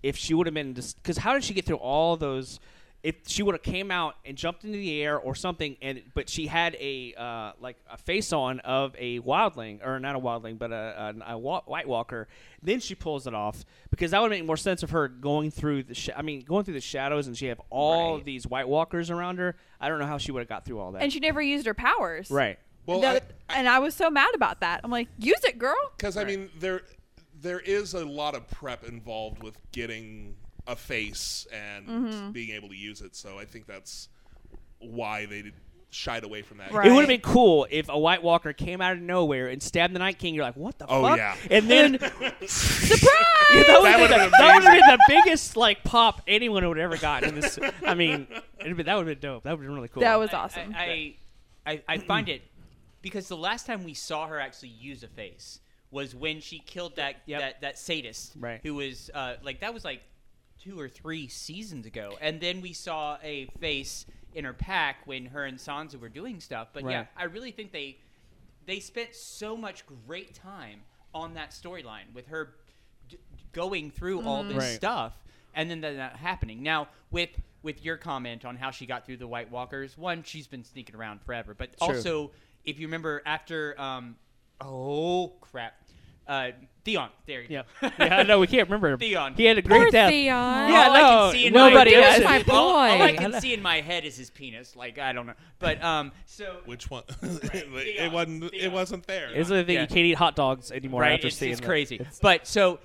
if she would have been because how did she get through all those? If she would have came out and jumped into the air or something, and but she had a uh, like a face on of a wildling or not a wildling, but a, a, a wa- White Walker, then she pulls it off because that would make more sense of her going through the. Sh- I mean, going through the shadows, and she have all Right. these White Walkers around her. I don't know how she would have got through all that. and she never used her powers. right. Well, That- and I was so mad about that. I'm like, use it, girl. because I, mean, there there is a lot of prep involved with getting a face and Mm-hmm. being able to use it. So I think that's why they did- shied away from that. Right. It would have been cool if a White Walker came out of nowhere and stabbed the Night King. You're like, what the Oh, fuck? yeah. And then Surprise! that would have would've been, been the- that would've been the biggest like pop anyone would have ever gotten. In this, I mean, it'd be, that would have been dope. That would have been really cool. That was I- awesome. I, I, I, I find it because the last time we saw her actually use a face was when she killed that Yep. that, that sadist Right. who was uh, like that was like two or three seasons ago, and then we saw a face in her pack when her and Sansa were doing stuff. But yeah, Right. I really think they they spent so much great time on that storyline with her d- going through all Mm-hmm. this Right. stuff and then that not happening now with with your comment on how she got through the white walkers one she's been sneaking around forever but also if you remember after um oh crap uh theon there you Yeah. go yeah. No, we can't remember. Theon. He had a Poor great death. Theon. Yeah, all I no, can see in nobody my, has all- it. All, I Boy. can see in my head is his penis. Like I don't know, but um, so Which one? Theon. it wasn't. Theon. It wasn't there. It's the thing Yeah. you can't eat hot dogs anymore right? after It's, seeing it's that. crazy. but so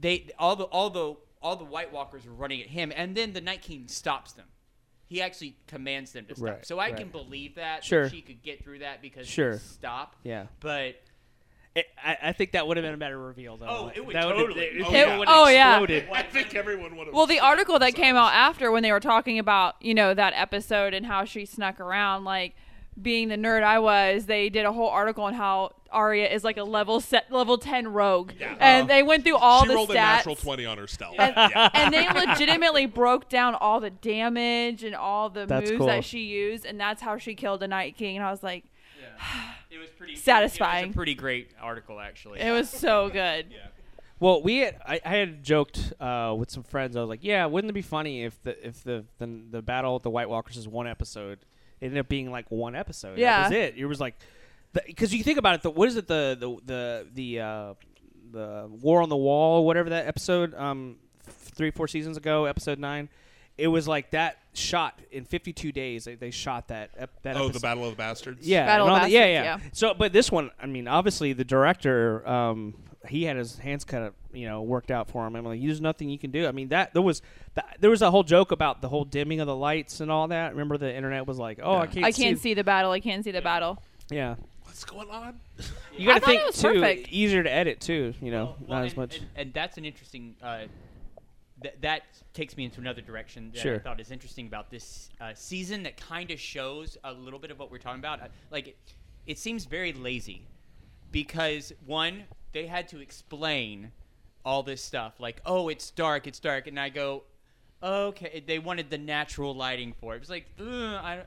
they all the all the all the White Walkers were running at him, and then the Night King stops them. He actually commands them to stop. Right, so I right. can believe that, that Sure. she could get through that because she Sure. stop. Yeah. But It, I, I think that would have been a better reveal though. Oh, it would That would've- totally. it- Oh, it yeah. would've Oh, yeah. exploded. I think everyone would have. Well, the article that came out after when they were talking about, you know, that episode and how she snuck around, like being the nerd I was, they did a whole article on how Arya is like a level set, level ten rogue, Yeah. and Uh-huh. Oh. they went through all she the rolled stats, a natural twenty on her stealth. And, yeah. and they legitimately broke down all the damage and all the That's moves cool. that she used, and that's how she killed the Night King. And I was like, it was pretty It Satisfying. was a pretty great article, actually. it was so good. Well, we had, I, I had joked uh, with some friends. I was like, "Yeah, wouldn't it be funny if the if the the, the battle with the White Walkers is one episode? It ended up being like one episode. that Yeah. was it. It was like because you think about it. The, what is it? The the the the uh, the War on the Wall, whatever that episode, um, f- three four seasons ago, episode nine. it was like that shot in 52 days. They, they shot that ep- that Oh, episode. the Battle of the Bastards. Yeah, Battle and of all that- yeah, yeah, Bastards, yeah. So, but this one, I mean, obviously the director, um, he had his hands kind of, you know, worked out for him. I'm like, there's nothing you can do. I mean, that there was, that, there was a whole joke about the whole dimming of the lights and all that. Remember, the internet was like, oh, I can't, I can't see the battle. I can't see the battle. Yeah, What's going on? you got I to thought think it was too. perfect. Easier to edit too. You know, Well, well, not as and- much. And, and that's an interesting. Uh, th- that takes me into another direction that I Sure. thought is interesting about this uh, season. That kind of shows a little bit of what we're talking about. Uh, Like, it, it seems very lazy because one, they had to explain all this stuff. Like, oh, it's dark, it's dark, and I go, okay. They wanted the natural lighting for it. It was like, ugh, I, I-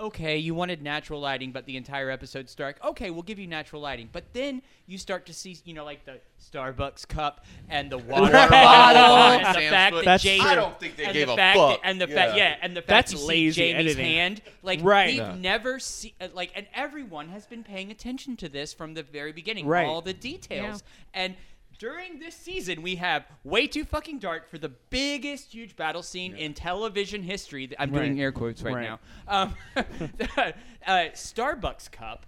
okay, you wanted natural lighting, but the entire episode's dark. Okay, we'll give you natural lighting, but then you start to see, you know, like the Starbucks cup and the water Right. bottle, and the Sam's fact foot. that That's Jade, I don't think they and gave the a fact fuck. That, and the fact, Yeah. yeah, and the fact That's you see lazy Jamie's editing. hand, like Right. we've Yeah. never seen, like, and everyone has been paying attention to this from the very beginning, Right. all the details, and. During this season, we have way too fucking dark for the biggest huge battle scene in television history. I'm doing Right. air quotes right, Right. now. Um, the, uh, Starbucks cup,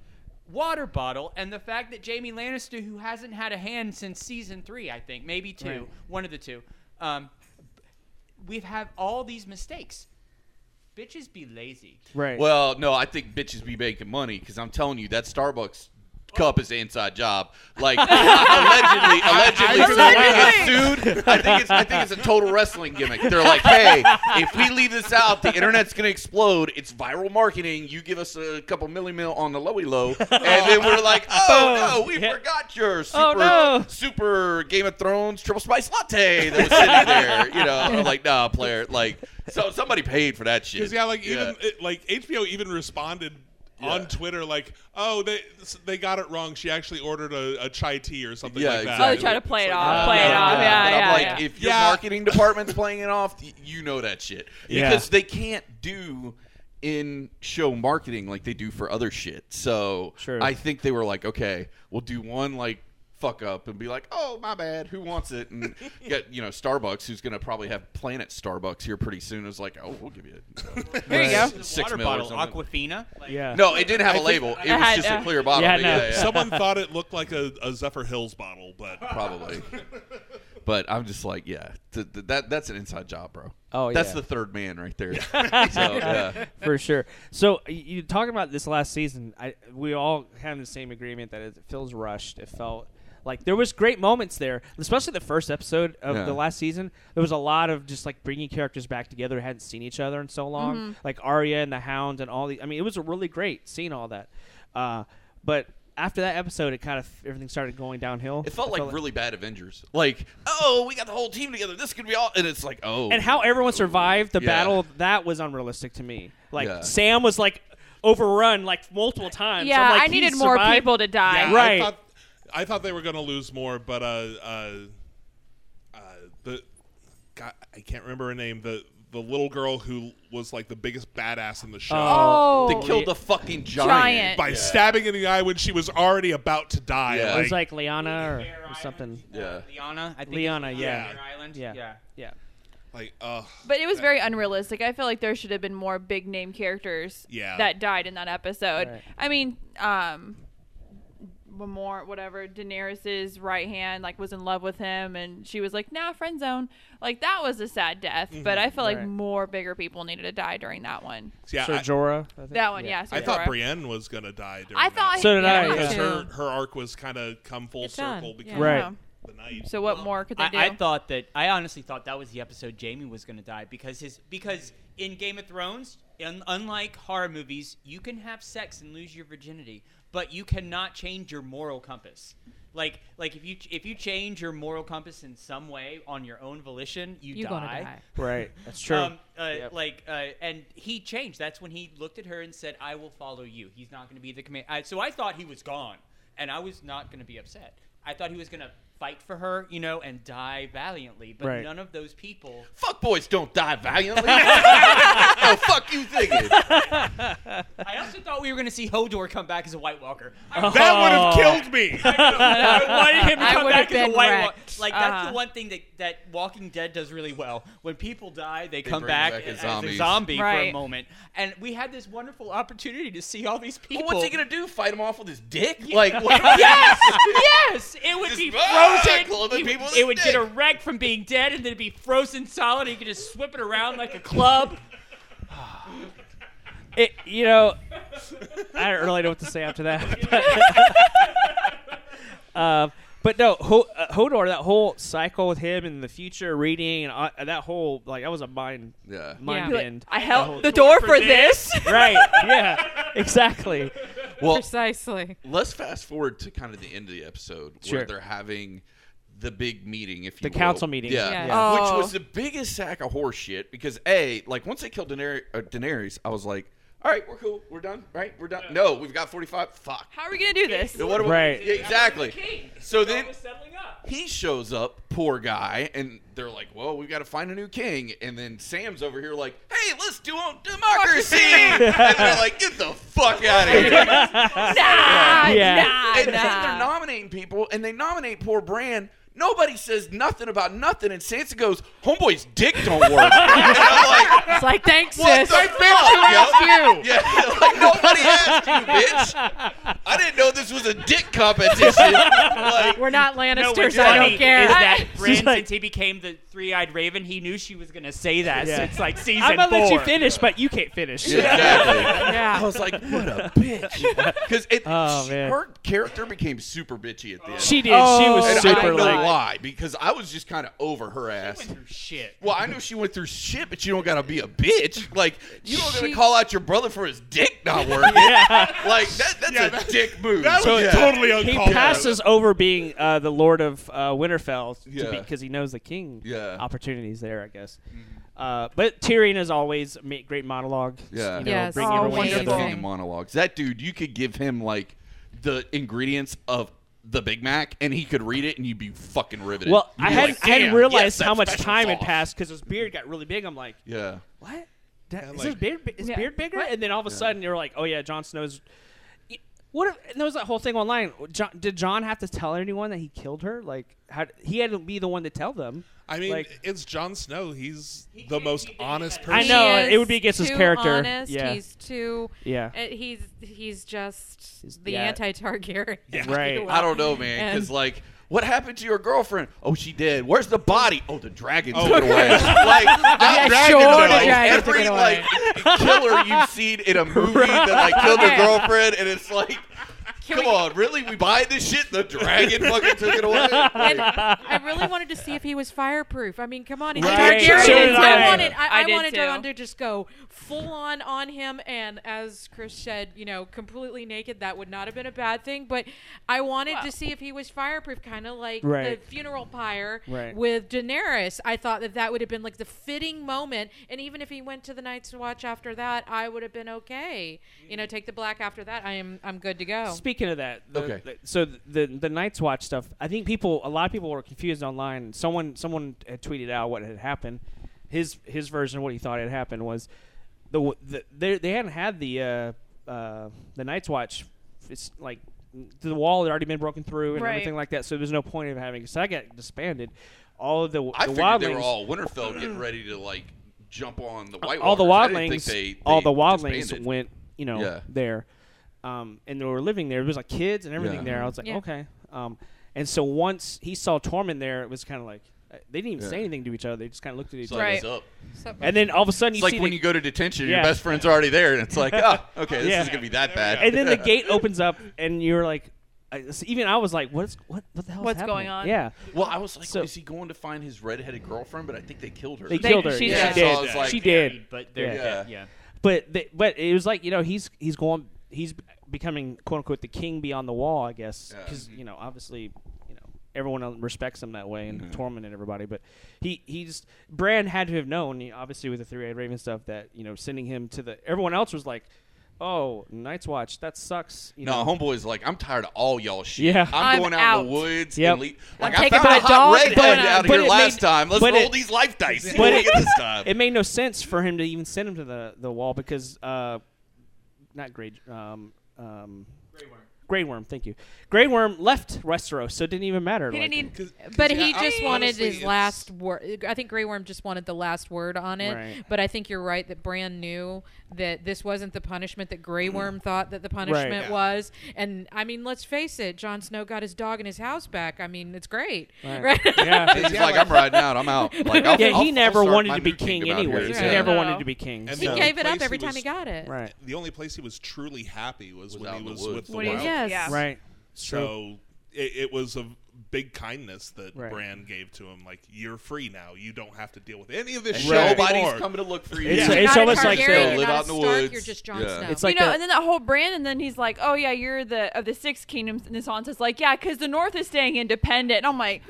water bottle, and the fact that Jamie Lannister, who hasn't had a hand since season three, I think maybe two, Right. one of the two, um, we've had all these mistakes. Bitches be lazy. right. Well, no, I think bitches be making money because I'm telling you that Starbucks cup is an inside job. Like allegedly, allegedly, someone gets sued. I think it's I think it's a total wrestling gimmick. They're like, hey, if we leave this out, the internet's gonna explode. It's viral marketing. You give us a couple milli mil on the lowy low, and then we're like, oh no, we forgot your super no. super Game of Thrones triple spice latte that was sitting there. You know, I'm like nah, player, like. So somebody paid for that shit. Because yeah, like even Yeah. it- like HBO even responded Yeah. on Twitter like, "Oh, they they got it wrong. She actually ordered a, a chai tea or something Yeah, like that." Oh, exactly. they try to play it off. Uh, play it yeah, off. Yeah, But yeah. I'm like, yeah. if your Yeah. marketing department's playing it off, y- you know that shit Yeah. because they can't do in show marketing like they do for other shit. So Sure. I think they were like, okay, we'll do one like fuck up and be like, oh my bad, who wants it? And get you know Starbucks, who's gonna probably have Planet Starbucks here pretty soon, is like, oh, we'll give you it. there you go. The Six water mil or bottle, something. Aquafina. Like, Yeah. No, it didn't have a label. It was had- just a yeah. clear bottle. Yeah, but no. Someone thought it looked like a, a Zephyr Hills bottle, but probably. But I'm just like, yeah, th- th- that that's an inside job, bro. Oh, that's yeah. the third man right there. so, yeah. for sure. So y- you talking about this last season? I we all have the same agreement that it feels rushed. It felt like there was great moments there, especially the first episode of Yeah. the last season. There was a lot of just like bringing characters back together who hadn't seen each other in so long, like Arya and the Hound and all the. I mean, it was a really great seeing all that. Uh, but after that episode, it kind of everything started going downhill. It felt I like really bad Avengers. Like, oh, we got the whole team together. This could be all, and it's like, oh, and how everyone survived the Yeah. battle that was unrealistic to me. Like Yeah. Sam was like overrun like multiple times. yeah, I'm like, I he needed more survived? people to die. Yeah, Right. I thought, I thought they were going to lose more, but uh, uh, uh, the God, I can't remember her name. The the little girl who was like the biggest badass in the show Oh, they killed the fucking giant. giant. by stabbing in the eye when she was already about to die. Yeah. It Like, was like Liana or, Bear or Island, something. uh, Yeah. Liana, I think. Liana, it's yeah. Bear Island. Yeah. yeah. Yeah. like, uh, But it was very unrealistic. I feel like there should have been more big name characters Yeah. that died in that episode. Right. I mean, um more whatever Daenerys's right hand like was in love with him and she was like nah friend zone like that was a sad death but I feel like Right. more bigger people needed to die during that one yeah, Sir I, Jorah. I think. that one yeah, so I thought Jorah. Brienne was going to die. During I thought that. So did yeah, I, me because too. her her arc was kind of come full It's done, circle yeah. because Right. Yeah. of the night. so what more could they I, do I thought that I honestly thought that was the episode Jamie was going to die because his because in Game of Thrones, un, unlike horror movies, you can have sex and lose your virginity, but you cannot change your moral compass. Like like if you if you change your moral compass in some way on your own volition, you You're gonna die. Right. That's true. um, uh, Yep. Like, uh, and he changed. That's when he looked at her and said, "I will follow you." He's not going to be the command. I, so I thought he was gone, and I was not going to be upset. I thought he was going to fight for her, you know, and die valiantly. But Right. none of those people. Fuck boys don't die valiantly. oh, fuck you thinking? I also thought we were going to see Hodor come back as a White Walker. I, Oh. That would have killed me. I wanted him to I come would back been in the white wa- wrecked. Like that's Uh-huh. the one thing that, that Walking Dead does really well. When people die, they, They come bring back, back as as, a zombies. zombie for a Right. moment. And we had this wonderful opportunity to see all these people. Well, what's he gonna do? Fight him off with his dick? Like what? yes, yes, it would Just, be ah, frozen. clothing He would- people with it would get dick. erect from being dead, and then it'd be frozen solid. He could just whip it around like a club. It, you know, I don't really know what to say after that. Uh, but no, Ho- uh, Hodor, that whole cycle with him and the future reading and uh, that whole like that was a mind Yeah. mind Yeah. bend. I held the door for this. right? Yeah, exactly. Well, Precisely. let's fast forward to kind of the end of the episode Sure. where they're having the big meeting, if you The will. council meeting. Yeah. Yeah. Yeah. Oh. Which was the biggest sack of horse shit because A, like once they killed Daenerys, uh, Daenerys I was like, all right, we're cool. We're done, right? We're done. No, we've got 45. Fuck. How are we gonna do this? So what do we- Right. Yeah, exactly. So then settling up. he shows up, poor guy, and they're like, well, we've got to find a new king. And then Sam's over here like, hey, let's do a democracy. and they're like, get the fuck out of here. Nah, yeah. Yeah. and then they're nominating people, and they nominate poor Bran. Nobody says nothing about nothing, and Sansa goes, "Homeboy's dick don't work." and I'm like, It's like thanks, "What sis. the fuck, yo?" Yeah, like nobody asked you, bitch. I didn't know this was a dick competition. like, We're not No, what's Lannisters. I funny don't care. is that Bran, like- since he became the three-eyed raven, he knew she was going to say that. Yeah. So it's like season I'm gonna four. let you finish, but you can't finish. exactly. I yeah. was like, "What a bitch," because it Oh, she- man. her character became super bitchy at the end. She did. she Oh. was and I super don't know like. why, because I was just kind of over her ass. Went through Shit. Well, I know she went through shit, but you don't gotta be a bitch. Like you don't gotta She- call out your brother for his dick not working. Like that, that's a dick move. That was totally He uncalled for. passes over being uh, the Lord of uh, Winterfell Yeah. because he knows the king Yeah. Mm-hmm. opportunities there, I guess. Uh, but Tyrion is always ma- great monologue. Yeah. you know, Yes. bring Oh, everyone wonderful. together. Wonderful Amazing. monologues. That dude, you could give him like the ingredients of the Big Mac, and he could read it, and you'd be fucking riveted. Well, You'd I be hadn't, like, I hadn't "Damn, yes, realized how that's much special time had sauce." passed because his beard got really big. I'm like, Yeah, what? That, is like- his beard, bi- is Yeah. beard bigger? And then all of a sudden, you're like, oh yeah, Jon Snow's. Y- What? If, and there was that whole thing online. John, did John have to tell anyone that he killed her? Like, how, he had to be the one to tell them. I mean, like- it's Jon Snow. He's the most honest person. I know, He is it would be against his too character. honest. Yeah. He's too. Yeah. uh, he's he's just the yeah. anti-Targaryen. if you Right. will. I don't know, man, because And- like. What happened to your girlfriend? Oh, she dead. Where's the body? Oh, the dragon Oh. took it away. like, that Yeah, dragon sure, took it the away. dragon took every it away. like killer you've seen in a movie that like killed their Okay. girlfriend, and it's like, Can come we- on, really? We buy this shit? The dragon fucking took it away. And Like, I really wanted to see if he was fireproof. I mean, come on, he's a Right. Targaryen. So did I. I wanted, I I, I, did wanted too. Jon to just go full on on him, and as Chris said, you know, completely naked. That would not have been a bad thing, but I wanted to see if he was fireproof, kind of like Right. the funeral pyre Right. with Daenerys. I thought that that would have been like the fitting moment, and even if he went to the Night's Watch after that, I would have been okay. You Mm-hmm. know, take the black after that. I am, I'm good to go. Speaking of that, the, Okay. the- so the the Night's Watch stuff, I think people, a lot of people were confused online. Someone someone had tweeted out what had happened. His his version of what he thought had happened was the, w- the they, they hadn't had the uh, uh, the Night's Watch. It's like the wall had already been broken through and Right. everything like that. So there's no point of having. So I got disbanded. All of the, the I figured wildlings, they were all Winterfell getting ready to like jump on the White all the Walkers. I didn't think wildlings, they- all they the wildlings disbanded. went, you know, Yeah. there, um, and they were living there. There was like kids and everything Yeah. there. I was like, Yeah. okay. Um, and so once he saw Tormund there, it was kind of like uh, they didn't even say Yeah. anything to each other. They just kind of looked at each It's like, other. Right. it's up. And then all of a sudden, you It's like see when the, you go to detention, Yeah. your best friend's already there, and it's like, oh, okay, this Yeah. is gonna be that bad. and then the gate opens up, and you're like, I, so even I was like, what's what? What the hell? What's happening? going on? Yeah, Well, I was like, So- is he going to find his redheaded girlfriend? But I think they killed her. they They- killed her. she's yeah, dead. she Yeah, so I did. was like- she did. but they're Yeah. dead, yeah. But they, but it was like you know he's he's going he's becoming quote unquote the king beyond the wall I guess Yeah. mm-hmm. because you know obviously you know everyone else respects him that way and Mm-hmm. Tormund and everybody but he he just Bran had to have known you know, obviously with the three eyed raven stuff that you know sending him to the everyone else was like oh Night's Watch that sucks you No, know homeboy's like, I'm tired of all y'all shit. Yeah. I'm, I'm going out, in the out. woods. Yep. And le- like taking I found my a hot dog redhead and going out out. here But it last made- time. Let's but roll it- these life dice. See but what we it- get this time. it made no sense for him to even send him to the the wall because uh not great um um Grey Worm, thank you. Grey Worm left Westeros, so it didn't even matter. He like- didn't need, 'Cause- 'cause, but yeah, he I- just wanted honestly, his it's- last word. I think Grey Worm just wanted the last word on it. Right. But I think you're right that Bran knew that this wasn't the punishment that Grey Worm thought that the punishment Yeah. was. And I mean, let's face it, Jon Snow got his dog and his house back. I mean, it's great, Right. right? Yeah. He's like, I'm riding out. I'm out. Like, I'll, yeah, I'll- he I'll never start wanted my to be new king, kingdom out here. anyways. He Yeah. never No. wanted to be king. And he the so- gave it up place every he time was- he got it. right. The only place he was truly happy was, Was when out he in the was woods. with the What do you- wild. yes. Yeah. Right. So it, it was a big kindness that Right. Bran gave to him. Like you're free now. You don't have to deal with any of this And shit anymore. Nobody's coming to look for you. It's- Yeah. it's Not a almost like Targaryen, the- you're Live not a out in the Stark, woods. You're just Jon Yeah. Snow. It's like you know, the- and then that whole brand, and then he's like, "Oh yeah, you're the of the six kingdoms." And Sansa's like, "Yeah, because the North is staying independent." And I'm like,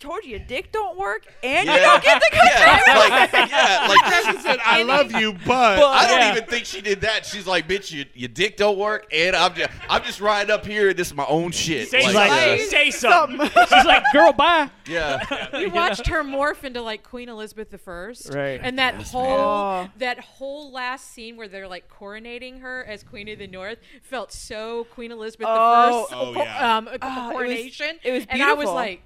"Told you, your dick don't work, and you don't get the country." Yeah, like, yeah, like She said, "I love you, but, I don't Yeah. even think she did that. She's like, bitch, you, your dick don't work, and I'm just, I'm just riding up here, and this is my own shit. Say Like, something. yeah. Say something. She's like, girl, bye. yeah. you watched her morph into like Queen Elizabeth the First, Right. And that Yes, whole ma'am. that whole last scene where they're like coronating her as Queen of the North felt so Queen Elizabeth Oh. the First Oh, yeah. um, Ah, it was- coronation. it was and I was beautiful. like.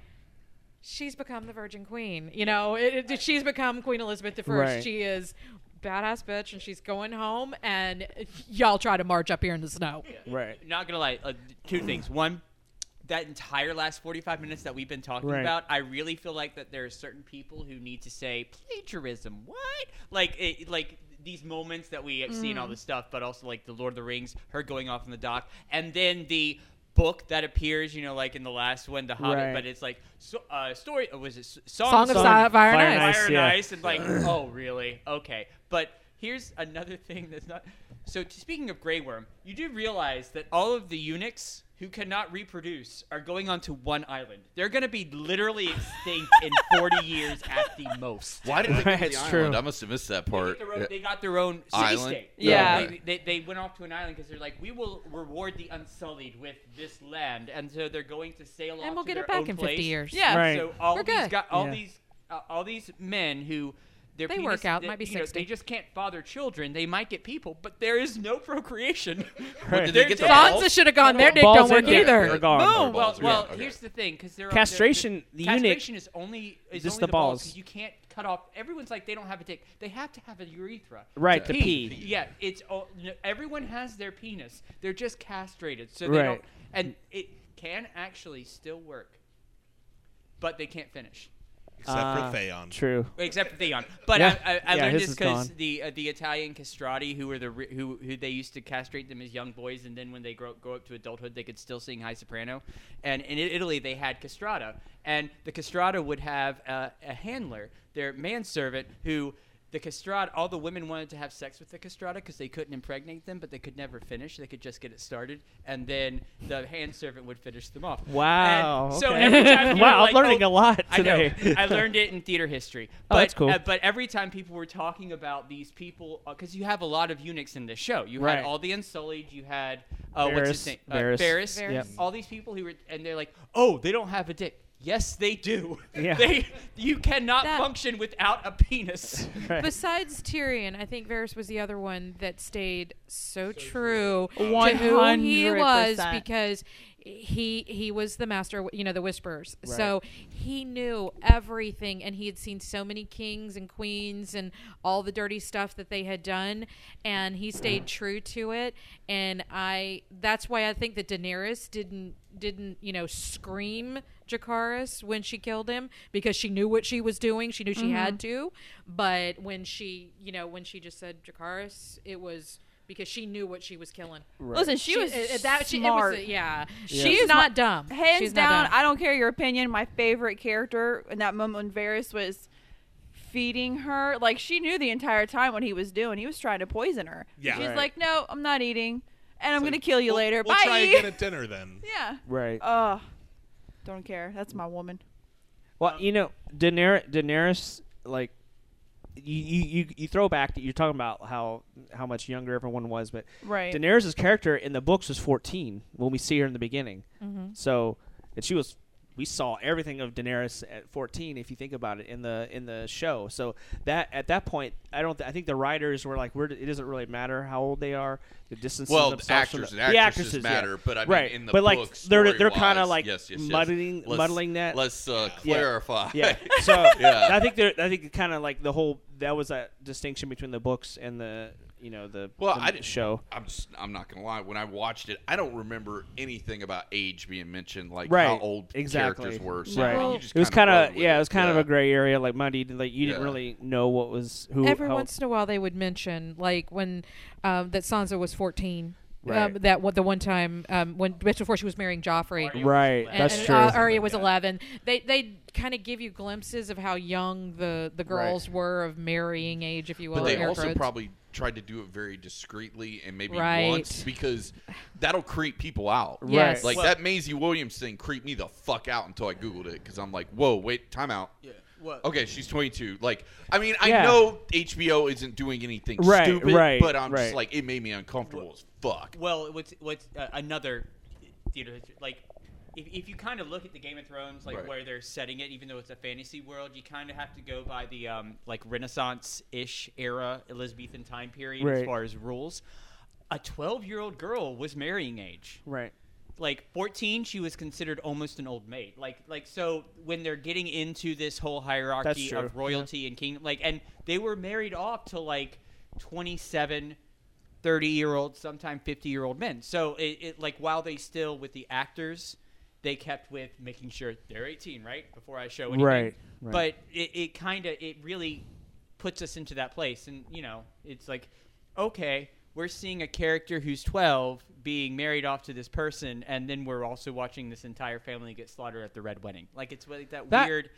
She's become the Virgin Queen, you know. It, it- she's become Queen Elizabeth the First. Right. She is badass bitch, and she's going home. And y'all try to march up here in the snow. Right. Not gonna lie, uh, two things. One, that entire last forty-five minutes that we've been talking Right. about, I really feel like that there are certain people who need to say plagiarism. What? Like, it, like these moments that we have seen Mm. all this stuff, but also like the Lord of the Rings, her going off in the dock, and then the book that appears, you know, like in the last one, The Hobbit, Right. but it's like so, uh, story. uh, Was it S- Song of Si- Fire and Fire Ice. and Ice, Fire yeah. and ice and like, oh really? Okay. But here's another thing that's not. So t- speaking of Grey Worm, you do realize that all of the eunuchs who cannot reproduce are going onto one island. They're going to be literally extinct in 40 years at the most. Why did they go to It's the true. island? I must have missed that They part. get their own- Yeah. They got their own city Island? state. Yeah. They, they, they went off to an island because they're like, we will reward the unsullied with this land, and so they're going to sail off And we'll to get their it back own in place. fifty years. Yeah. Right. So all We're these good. got all Yeah. these uh, all these men who their They penis- work out, they- might be you know, 60. they just can't father children. They might get people, but there is no procreation. Right. Did They're they get the dead. balls? Sansa should have gone. Their dick Balls don't in work there. either. They're gone. They're Well, balls, well, yeah, okay. here's the thing, because they're Castration, The, the eunuch- castration is only is Just only the balls. balls. 'cause You can't cut off. Everyone's like they don't have a dick. They have to have a urethra. Right, to the pee. pee. Yeah, it's all, no, everyone has their penis. They're just castrated, so Right. they don't. And it can actually still work, but they can't finish. except Uh, for Theon. True. Except for Theon, but Yeah. I, I, I Yeah, learned his this is because gone. the uh, the Italian castrati, who were the re- who who they used to castrate them as young boys, and then when they grow grow up to adulthood, they could still sing high soprano. And in I- Italy, they had castrata, and the castrata would have uh, a handler, their manservant, who the castrata. All the women wanted to have sex with the castrata because they couldn't impregnate them, but they could never finish. They could just get it started, and then the hand servant would finish them off. Wow, And so okay. every time you Wow, were I'm like, learning oh- a lot I know. today. I learned it in theater history. Oh, But, that's cool. uh, but every time people were talking about these people, because you have a lot of eunuchs in this show. You Right. had all the Unsullied. You had uh, what's Varys, his name? Uh, Varys, Varys. yep. All these people who were, and they're like, oh, they don't have a dick. Yes, they do. Yeah. They, you cannot That- function without a penis. Besides Tyrion, I think Varys was the other one that stayed so, true to who he 100%. was because he he was the master, you know, the whisperers. So he knew everything, and he had seen so many kings and queens and all the dirty stuff that they had done, and he stayed true to it. And I that's why I think that Daenerys didn't didn't you know scream Jacaris when she killed him because she knew what she was doing. She knew she had to. But when she, you know, when she just said Jacaris, it was because she knew what she was killing. Listen, she, was uh, uh, smart. She, it was, uh, yeah. She she's is not my- dumb. Hands she's down, Not dumb. I don't care your opinion. My favorite character in that moment when Varys was feeding her, like she knew the entire time what he was doing. He was trying to poison her. Yeah. she's Right. like, "No, I'm not eating, and I'm It's gonna like, kill you we'll- later. We'll Bye." try again at dinner then. yeah. Right. Ugh. Don't care. That's my woman. Well, you know, Daenerys, Daenerys like you, you, you, you throw back that you're talking about how how much younger everyone was, but Right. Daenerys' character in the books was 14 when we see her in the beginning. So, and she was we saw everything of Daenerys at 14. If you think about it in the in the show, so that at that point, I don't. Th- I think the writers were like, we're, it doesn't really matter how old they are. The distance. Well, the themselves from actors the, and the actresses actresses matter, yeah. but I mean, right. in the but like book, they're they're story-wise, kind of like yes, yes, yes. muddling Let's- muddling that. Let's uh, Yeah. clarify. Yeah. So Yeah. I think there, I think kind of like the whole that was that distinction between the books and the you know the Well, the I didn't- show. I'm just, I'm not gonna lie. When I watched it, I don't remember anything about age being mentioned, like how Right. old Exactly. characters were. So Right. I mean, you Well- just It was kind kinda of roll with yeah, it was kind of a gray area. Like Monday, like you Yeah. didn't really know what was who. Every how- once in a while, they would mention like when um, that Sansa was fourteen. Um, Right. that one, the one time um, when just before she was marrying Joffrey. right, And- And- that's and, true. Uh, Arya was eleven. They they kind of give you glimpses of how young the, the girls were of marrying age, if you will. But they air also quotes. probably tried to do it very discreetly and maybe Right. once because that'll creep people out. Yes. Like Well- that Maisie Williams thing creeped me the fuck out until I googled it because I'm like, whoa, wait, time out. Yeah. Well, Okay, she's 22. Like, I mean, I Yeah. know HBO isn't doing anything Right, stupid, right, but I'm right. just like, it made me uncomfortable as fuck. Well, what's what's uh, another theater history- like if, if you kind of look at the Game of Thrones like Right. where they're setting it, even though it's a fantasy world, you kind of have to go by the um, like Renaissance ish era Elizabethan time period as Right. far as rules. A twelve year old girl was marrying age. right. Like fourteen, she was considered almost an old maid. Like like so when they're getting into this whole hierarchy true, of royalty and king, like and they were married off to like twenty seven 30 year old, sometime 50 year old men. So it, it like while they still with the actors, they kept with making sure they're 18, right? Before I show anything. Right, right. But it, it kind of it really puts us into that place and you know, it's like okay, we're seeing a character who's 12 being married off to this person and then we're also watching this entire family get slaughtered at the red wedding. Like it's like that, That- weird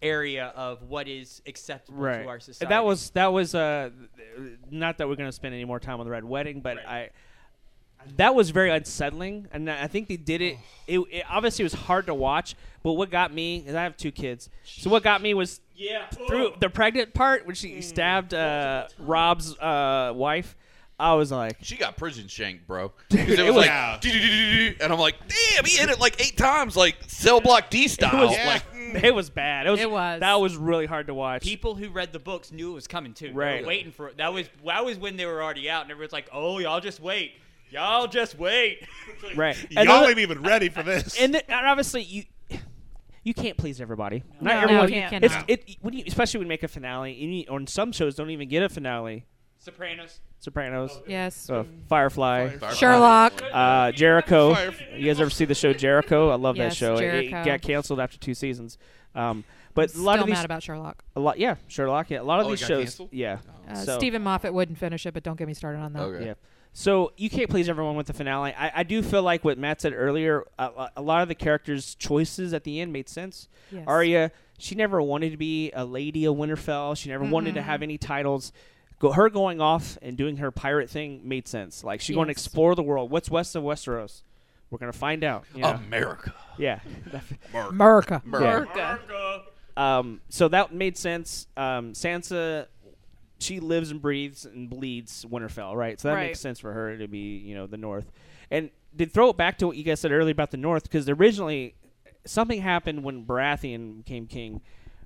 area of what is acceptable right. to our society. That was that was uh, not that we're going to spend any more time on the red wedding, but I that was very unsettling, and I think they did it. It, it obviously was hard to watch, but what got me is I have two kids, so what got me was yeah. Mm. through Oh. the pregnant part when she stabbed uh, Rob's uh, wife. I was like, She got prison shanked, bro. 'Cause it was like, "Doo-doo-doo-doo-doo," and I'm like, damn, he hit it like eight times, like cell block D style. was- Like, it was bad. It was, It was. that was really hard to watch. Mm. people who read the books knew it was coming too. They Right. were waiting for it. That was that was when they were already out, and everyone's like, "Oh, y'all just wait, y'all just wait." right? And, Y'all then- ain't even ready for this. and, then- and obviously you. You can't please everybody. Not No, everyone. you can't. It's, No. it, when you, especially when you make a finale, you need, on some shows don't even get a finale. Sopranos. Oh, Sopranos, yes, uh, Firefly, Sherlock. uh, Jericho. You guys ever see the show Jericho? I love Yes, that show. It- It, Jericho. got canceled after two seasons. Um, but a lot Still of these, mad about Sherlock. a lot, yeah, Sherlock, yeah, a lot of Oh, it these got shows, canceled? yeah. Uh, So- Stephen Moffat wouldn't finish it, but don't get me started on that. Okay. Yeah. So you can't please everyone with the finale. I, I do feel like what Matt said earlier, a, a lot of the characters' choices at the end made sense. Yes. Arya, she never wanted to be a lady of Winterfell. She never wanted to have any titles. Go, her going off and doing her pirate thing made sense. Like she's going to Yes. explore the world. What's west of Westeros? We're gonna find out. Um, you know? America. yeah. America. Yeah. Um, so that made sense. Um, Sansa, she lives and breathes and bleeds Winterfell, right? So that Right. makes sense for her to be, you know, the North. And to throw it back to what you guys said earlier about the North, because originally something happened when Baratheon became king,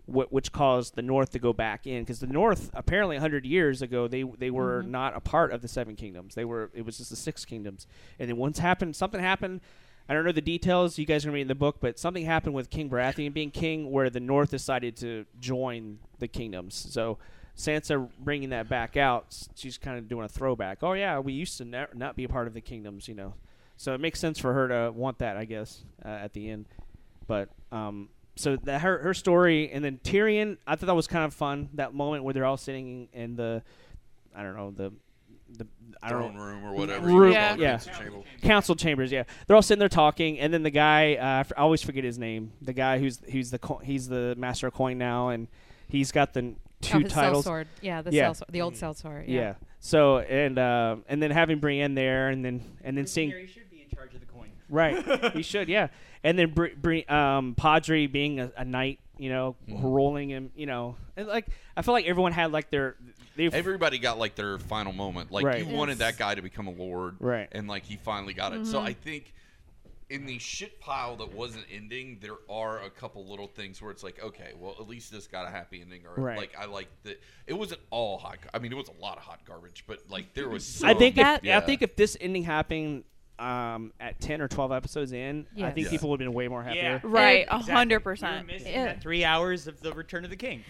wh- which caused the North to go back in. Because the North, apparently, hundred years ago, they they were not a part of the Seven Kingdoms. They were it was just the Six Kingdoms. And then once happened, something happened. I don't know the details. You guys are gonna read in the book, but something happened with King Baratheon being king, where the North decided to join the kingdoms. So Sansa bringing that back out, s- she's kind of doing a throwback. Oh yeah, we used to ne- not be a part of the kingdoms, you know. So it makes sense for her to want that, I guess, uh, at the end. But um, so that her her story, and then Tyrion, I thought that was kind of fun. That moment where they're all sitting in the, I don't know the. The, I don't know Throne room or whatever. Room, you call it, yeah. council chamber. council chambers. Yeah, they're all sitting there talking, and then the guy uh, I f- I always forget his name. The guy who's who's the co- he's the master of coin now, and he's got the Oh, two his cell titles. sword. Yeah, the Yeah. Cell sword, the old cell sword. Yeah. So and uh, and then having Brienne there, and then and then seeing Mary should be in charge of the coin. right, he should yeah, and then Bri- Bri- um, Padre being a, a knight, you know, rolling him, you know, and like I feel like everyone had like their they Everybody got like their final moment. Like Right. you wanted Yes. that guy to become a lord, Right. And like he finally got it. So I think in the shit pile that wasn't ending, there are a couple little things where it's like, okay, well, at least this got a happy ending, or Right. like I like that. It wasn't all hot. gar- I mean, it was a lot of hot garbage, but like there was. So I think much- if, I think if this ending happened um, at ten or twelve episodes in, I think Yes. people would have been way more happier. Right, a Exactly. hundred You were percent. missing Yeah. that three hours of the Return of the King.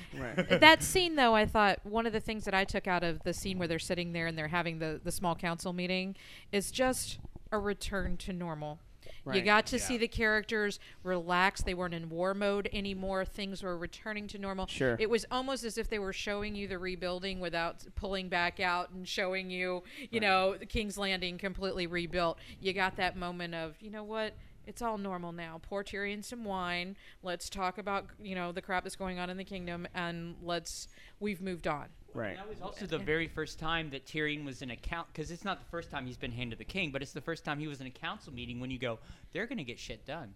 that scene though i thought one of the things that i took out of the scene where they're sitting there and they're having the, the small council meeting is just a return to normal you Right. got to see the characters relax they weren't in war mode anymore things were returning to normal Sure. it was almost as if they were showing you the rebuilding without pulling back out and showing you you know the king's landing completely rebuilt you got that moment of you know what it's all normal now. Pour Tyrion some wine. Let's talk about you know the crap that's going on in the kingdom, and let's we've moved on. Right. That was also the very first time that Tyrion was in a count because it's not the first time he's been hand to the king, but it's the first time he was in a council meeting when you go, they're going to get shit done.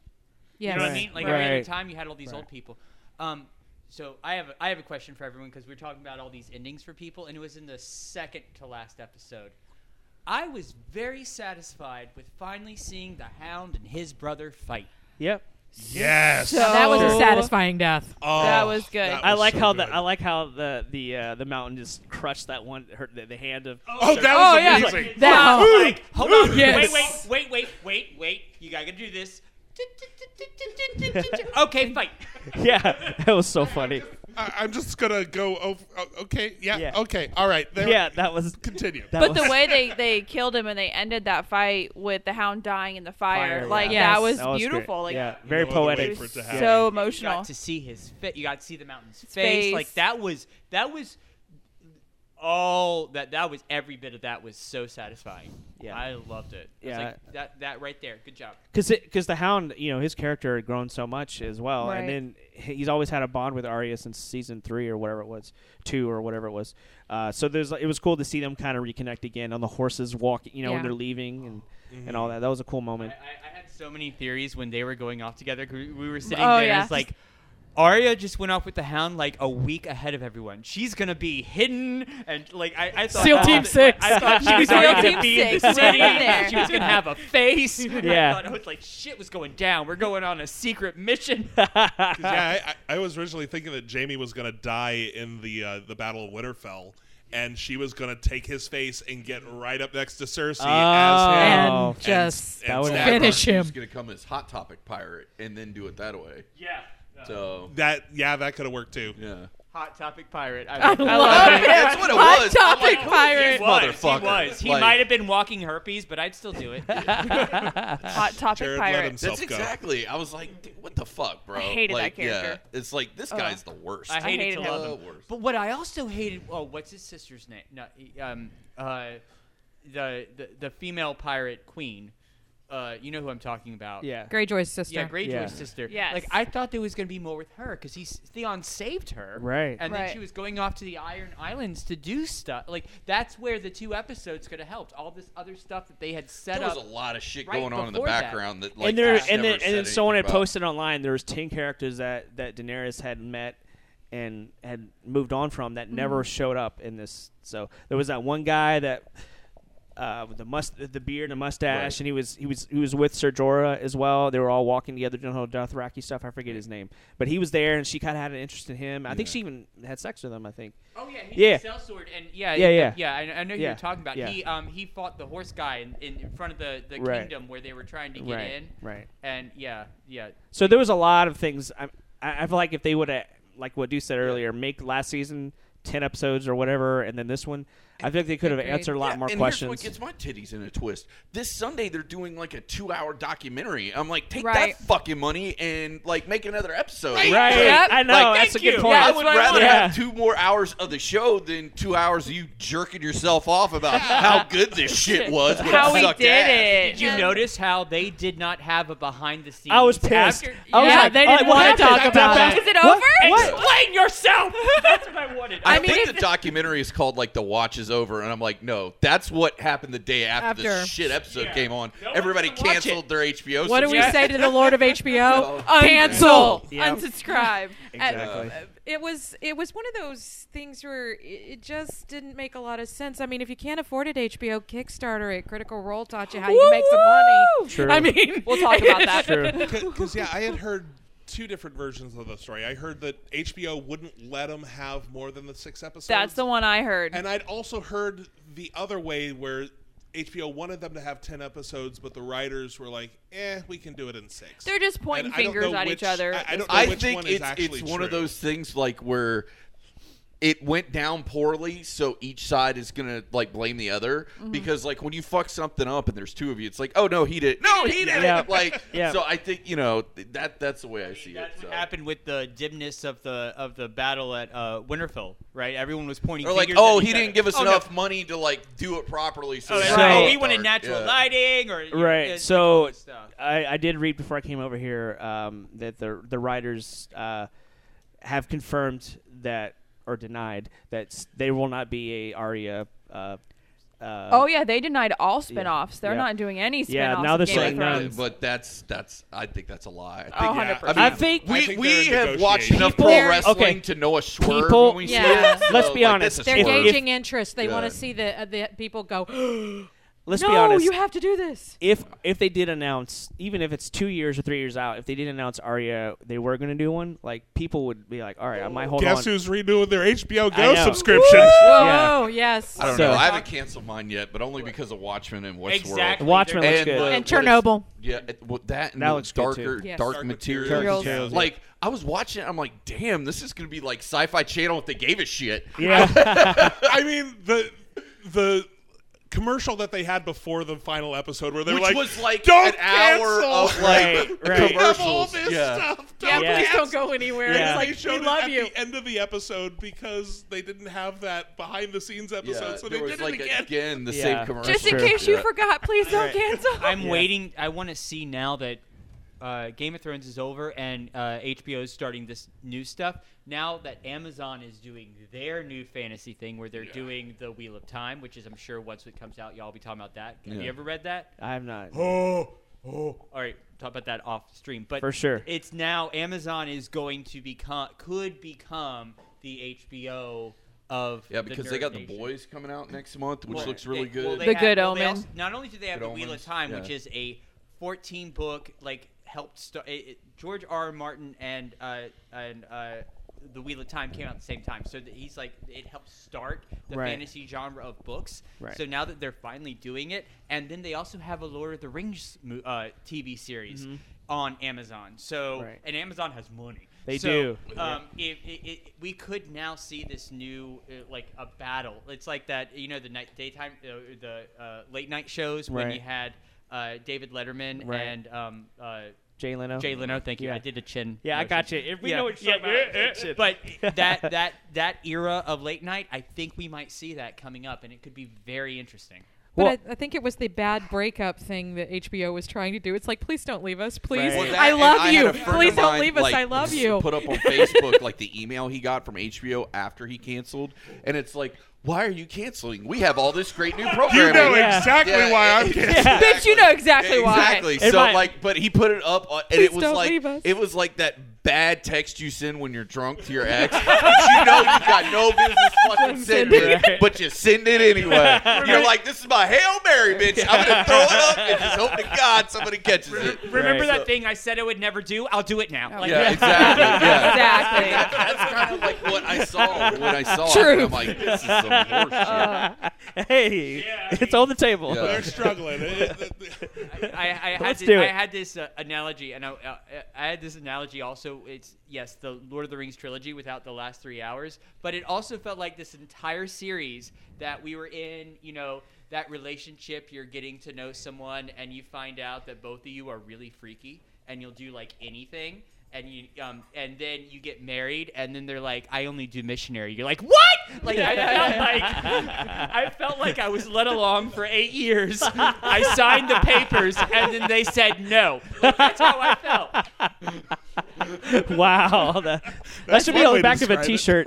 Yeah, You know what I Right. mean? Like every other Right. time you had all these old people. Um, so I have a, I have a question for everyone because we're talking about all these endings for people, and it was in the second to last episode. I was very satisfied with finally seeing the Hound and his brother fight. Yep. Yes. So- that was a Oh. satisfying death. Oh, That was good. that I was like so how good. the I like how the the uh, the mountain just crushed that one her, the, the hand of Oh, Oh, yeah. that was amazing. That- Wow, like, hold on. Yes. Wait, wait, wait, wait, wait, wait. You gotta do this. okay, fight. yeah that was so funny I, I'm just gonna go. Over, o- okay. Yeah, Yeah. Okay. All right. There, yeah that was Continue. that But was, the way they, they killed him and they ended that fight with the hound dying in the fire, Fire, like yeah. that, was that was great. beautiful. Like yeah No very other way poetic for it to so happen. emotional. You got to see his fit. You got to see the mountain's face. face. Like that was that was all that that was every bit of that was so satisfying. Yeah. I loved it. I was Yeah. like, that that right there. Good job. because because the hound you know his character had grown so much as well Right. and then he's always had a bond with Arya since season three or whatever it was two or whatever it was uh, so there's it was cool to see them kind of reconnect again on the horses walking you know Yeah. when they're leaving and and Mm-hmm. all that that was a cool moment I, I, I had so many theories when they were going off together. 'cause We we were sitting Oh, there. yeah. It's like Arya just went off with the Hound like a week ahead of everyone. She's gonna be hidden and like I, I thought. SEAL I Team thought- Six. I thought she was SEAL already gonna Team be in the Six, right city. in there. She was gonna have a face. Yeah. I thought I was like, shit was going down. We're going on a secret mission. 'Cause, yeah, I, I I was originally thinking that Jamie was gonna die in the uh, the Battle of Winterfell, and she was gonna take his face and get right up next to Cersei as him. Oh. and And just and would- stab her. finish him. He's gonna come as hot topic pirate and then do it that way. yeah. So That yeah, that could have worked too. yeah, Hot topic pirate. I, love I love it. that's what it Hot was. I'm topic like, pirate. He was. Motherfucker. He was. He Like- might have been walking herpes, but I'd still do it. Hot topic Jared let pirate. himself That's exactly. I was like, "Dude, what the fuck, bro? I hated that Like, character. Yeah, it's like this guy's the worst. I hated, hated to him. love The him. worst. But what I also hated, oh, what's his sister's name? No, he- um, uh, the, the the female pirate queen. Uh, you know who I'm talking about. yeah Greyjoy's sister. Yeah, Greyjoy's Yeah. sister. Yes. Like I thought there was gonna be more with her because he Theon saved her. Right. And Right. then she was going off to the Iron Islands to do stuff. Like that's where the two episodes could have helped. All this other stuff that they had set there was up. a lot of shit right going on in the before that. background that, like and there just and never then and then said someone had anything about. posted online there was 10 characters that that Daenerys had met and had moved on from that never Mm-hmm. showed up in this so there was that one guy that uh, with the must the beard and mustache Right. and he was he was he was with Ser Jorah as well they were all walking together doing all Dothraki stuff I forget his name but he was there and she kind of had an interest in him I think Yeah. she even had sex with him I think Oh yeah, he Yeah. yeah. Cell sword and yeah, Yeah, he- yeah. I, I know you Yeah, were talking about. yeah. He um he fought the horse guy in, in, in front of the, the Right. kingdom where they were trying to get right in. right And yeah, yeah, So there was a lot of things. I, I I feel like if they would have, like what Deuce said earlier, make last season ten episodes or whatever, and then this one, I feel like they could have Agreed. answered a lot Yeah, more and questions. Here's what gets my titties in a twist. This Sunday they're doing like a two-hour documentary. I'm like, take Right. that fucking money and like make another episode. right? Yep. I know Like, that's a thank good you. point. I that's would what I rather wanted. have two more hours of the show than two hours of you jerking yourself off about how good this shit was. when How it we sucked did ass. it. Did you notice how they did not have a behind the scenes? I was pissed. After, I was Yeah, like, they oh, didn't what wanna happened? talk about What? it. Is it What? over? What? Explain yourself. That's what I wanted. I, I, I mean, think if- the documentary is called like "The Watch Is Over," and I'm like, no, that's what happened the day after, the After. shit episode came on. Everybody gonna watch canceled their HBO. What do we subscription. say to the Lord of HBO? Cancel. Cancel. Unsubscribe. Exactly. Uh, It was it was one of those things where it, it just didn't make a lot of sense. I mean, if you can't afford it, HBO Kickstarter it, Critical Role taught you how you can make some money. True. I mean, We'll talk about that. Because yeah, I had heard two different versions of the story. I heard that HBO wouldn't let them have more than the six episodes. That's the one I heard. And I'd also heard the other way where HBO wanted them to have ten episodes, but the writers were like, "Eh, we can do it in six. They're just pointing And I don't fingers know at which- each other. I, I don't know I which think one is it's actually it's one of true. those things like where it went down poorly, so each side is gonna like blame the other because like when you fuck something up and there's two of you, it's like, oh no, he did, no, he did Yeah. it. Like, Yeah. so I think you know th- that that's the way I see uh, it. That's so. what happened with the dimness of the of the battle at uh, Winterfell, right? Everyone was pointing. Or like, fingers oh, at each he didn't other. give us Oh, no. enough money to like do it properly. So, Oh, it's that's So- right. not we wanted dark. natural Yeah. uh, lighting, or you know, Right, it's- so- it's stuff. I, I did read before I came over here um, that the the writers uh, have confirmed that or denied that s- they will not be a Arya. Uh, uh, oh yeah, they denied all spin-offs. They're Yeah. not doing any spin-offs. Yeah, now of they're Game of saying Thrones. none. But, but that's that's I think that's a lie. I Oh, think, 100%. I mean, I think I we think we they're in have watched negotiations. enough pro They're- wrestling okay. to know a swerve. People- when we Yeah. see it. Let's So, be like, honest. This they're is If- swerve. gauging interest. They want Yeah. to see the uh, the people go. let's no, be honest. you have to do this. if if they did announce, even if it's two years or three years out, if they did announce Arya, they were going to do one. Like people would be like, "All right, I might hold Guess on." who's renewing their HBO I Go know. subscription? Yeah. Whoa, yes. I don't So- know. I haven't canceled mine yet, but only because of Watchmen and Westworld. Exactly. Watchmen They're- looks And, good. uh, And what is- Chernobyl. yeah, it- well, that and That the looks good, too. darker, Yes. dark, Dark materials. materials. Materials, yeah. Like I was watching, it, I'm like, damn, this is gonna be like Sci-Fi Channel if they gave a shit. yeah, I mean the the commercial that they had before the final episode where they Which were like was like don't an hour cancel. of like Right, right. We have all commercials. this yeah. stuff. Yeah, Don't Yeah. please cancel. don't go anywhere. And Yeah. they It's like showed we it love at you. the end of the episode because they didn't have that behind the scenes episode, Yeah, so they there was did like it again. again the Yeah. same commercial. Just in Sure. case you Yeah. forgot, please don't Right. cancel. I'm Yeah. waiting. I want to see now that uh, Game of Thrones is over and uh, HBO is starting this new stuff. Now that Amazon is doing their new fantasy thing, where they're doing the Wheel of Time, which is I'm sure once it comes out, y'all will be talking about that. Have Yeah. you ever read that? I have not. All right, talk about that off stream. But Oh. For sure. it's now Amazon is going to become could become the HBO of Yeah, the because they Nerd got the Nation. boys coming out next month, which Well, looks really they- good. well, they The have- Good well, they Omen. also- not only do they have Good the Wheel Omens, of Time, which yeah. is a 14 book like helped start. George R. R. Martin and uh, and uh, the Wheel of Time came out at the same time, so that he's like it helped start the Right. fantasy genre of books. Right. So now that they're finally doing it, and then they also have a Lord of the Rings mo- uh, TV series on Amazon. So Mm-hmm. Right. and Amazon has money. They So, do. Um, it, it, it, we could now see this new uh, like a battle. It's like that you know the night daytime uh, the uh, late night shows when Right. you had uh, David Letterman Right. and um, uh, Jay Leno. Jay Leno. Thank you. Yeah. I did a chin. Yeah, I motion. got you. If we know what you're talking about, it's chin. But that that that era of late night, I think we might see that coming up, and it could be very interesting. But Well- I, I think it was the bad breakup thing that HBO was trying to do. It's like, please don't leave us, please. Well, that- I and love had you. a friend Please of don't mine, leave us. like, I love you. Put up on Facebook like the email he got from HBO after he canceled, and it's like, why are you canceling? We have all this great new programming. You know Yeah. exactly Yeah, why I'm it- canceling. Bitch, you know exactly why. Exactly. It So might- like, but he put it up, on, and Please it was don't like leave us. it was like that bad text you send when you're drunk to your ex. that you know you got no business fucking sending, Right. but you send it anyway. You're like, this is my hail mary, bitch. I'm gonna throw it up and just hope to God somebody catches it. Remember Right. that thing I said I would never do? I'll do it now. Like, Yeah, exactly. Yeah. Exactly. That's kind of like what I saw when I saw it. And I'm like, this is some horse shit. Uh. hey, it's on the table. Yeah. They're struggling. It- it- it- I, I, had Let's this, do I it. had this uh, analogy, and I, uh, I had this analogy also. It's yes, the Lord of the Rings trilogy without the last three hours, but it also felt like this entire series that we were in. You know, that relationship you're getting to know someone, and you find out that both of you are really freaky, and you'll do like anything. And you, um, and then you get married, and then they're like, "I only do missionary." You're like, "What?" Like I felt like I felt like I was led along for eight years. I signed the papers, and then they said no. Like, that's how I felt. wow, that, that That's should be one on way the to back of a describe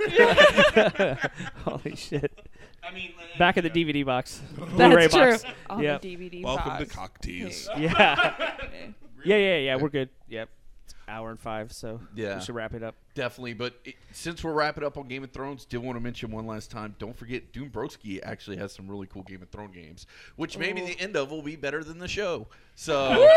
T-shirt. Holy shit! I mean, uh, Back of the DVD box, Blu-ray That's true. box. On Yep. Oh, the DVD Welcome box. to cock tease. Yeah, yeah, yeah, yeah. We're good. Yep, it's hour and five, so Yeah. we should wrap it up. Definitely, but it, since we're wrapping up on Game of Thrones, did want to mention one last time. Don't forget, Doom Broski actually has some really cool Game of Thrones games, which maybe the end of will be better than the show. So, uh,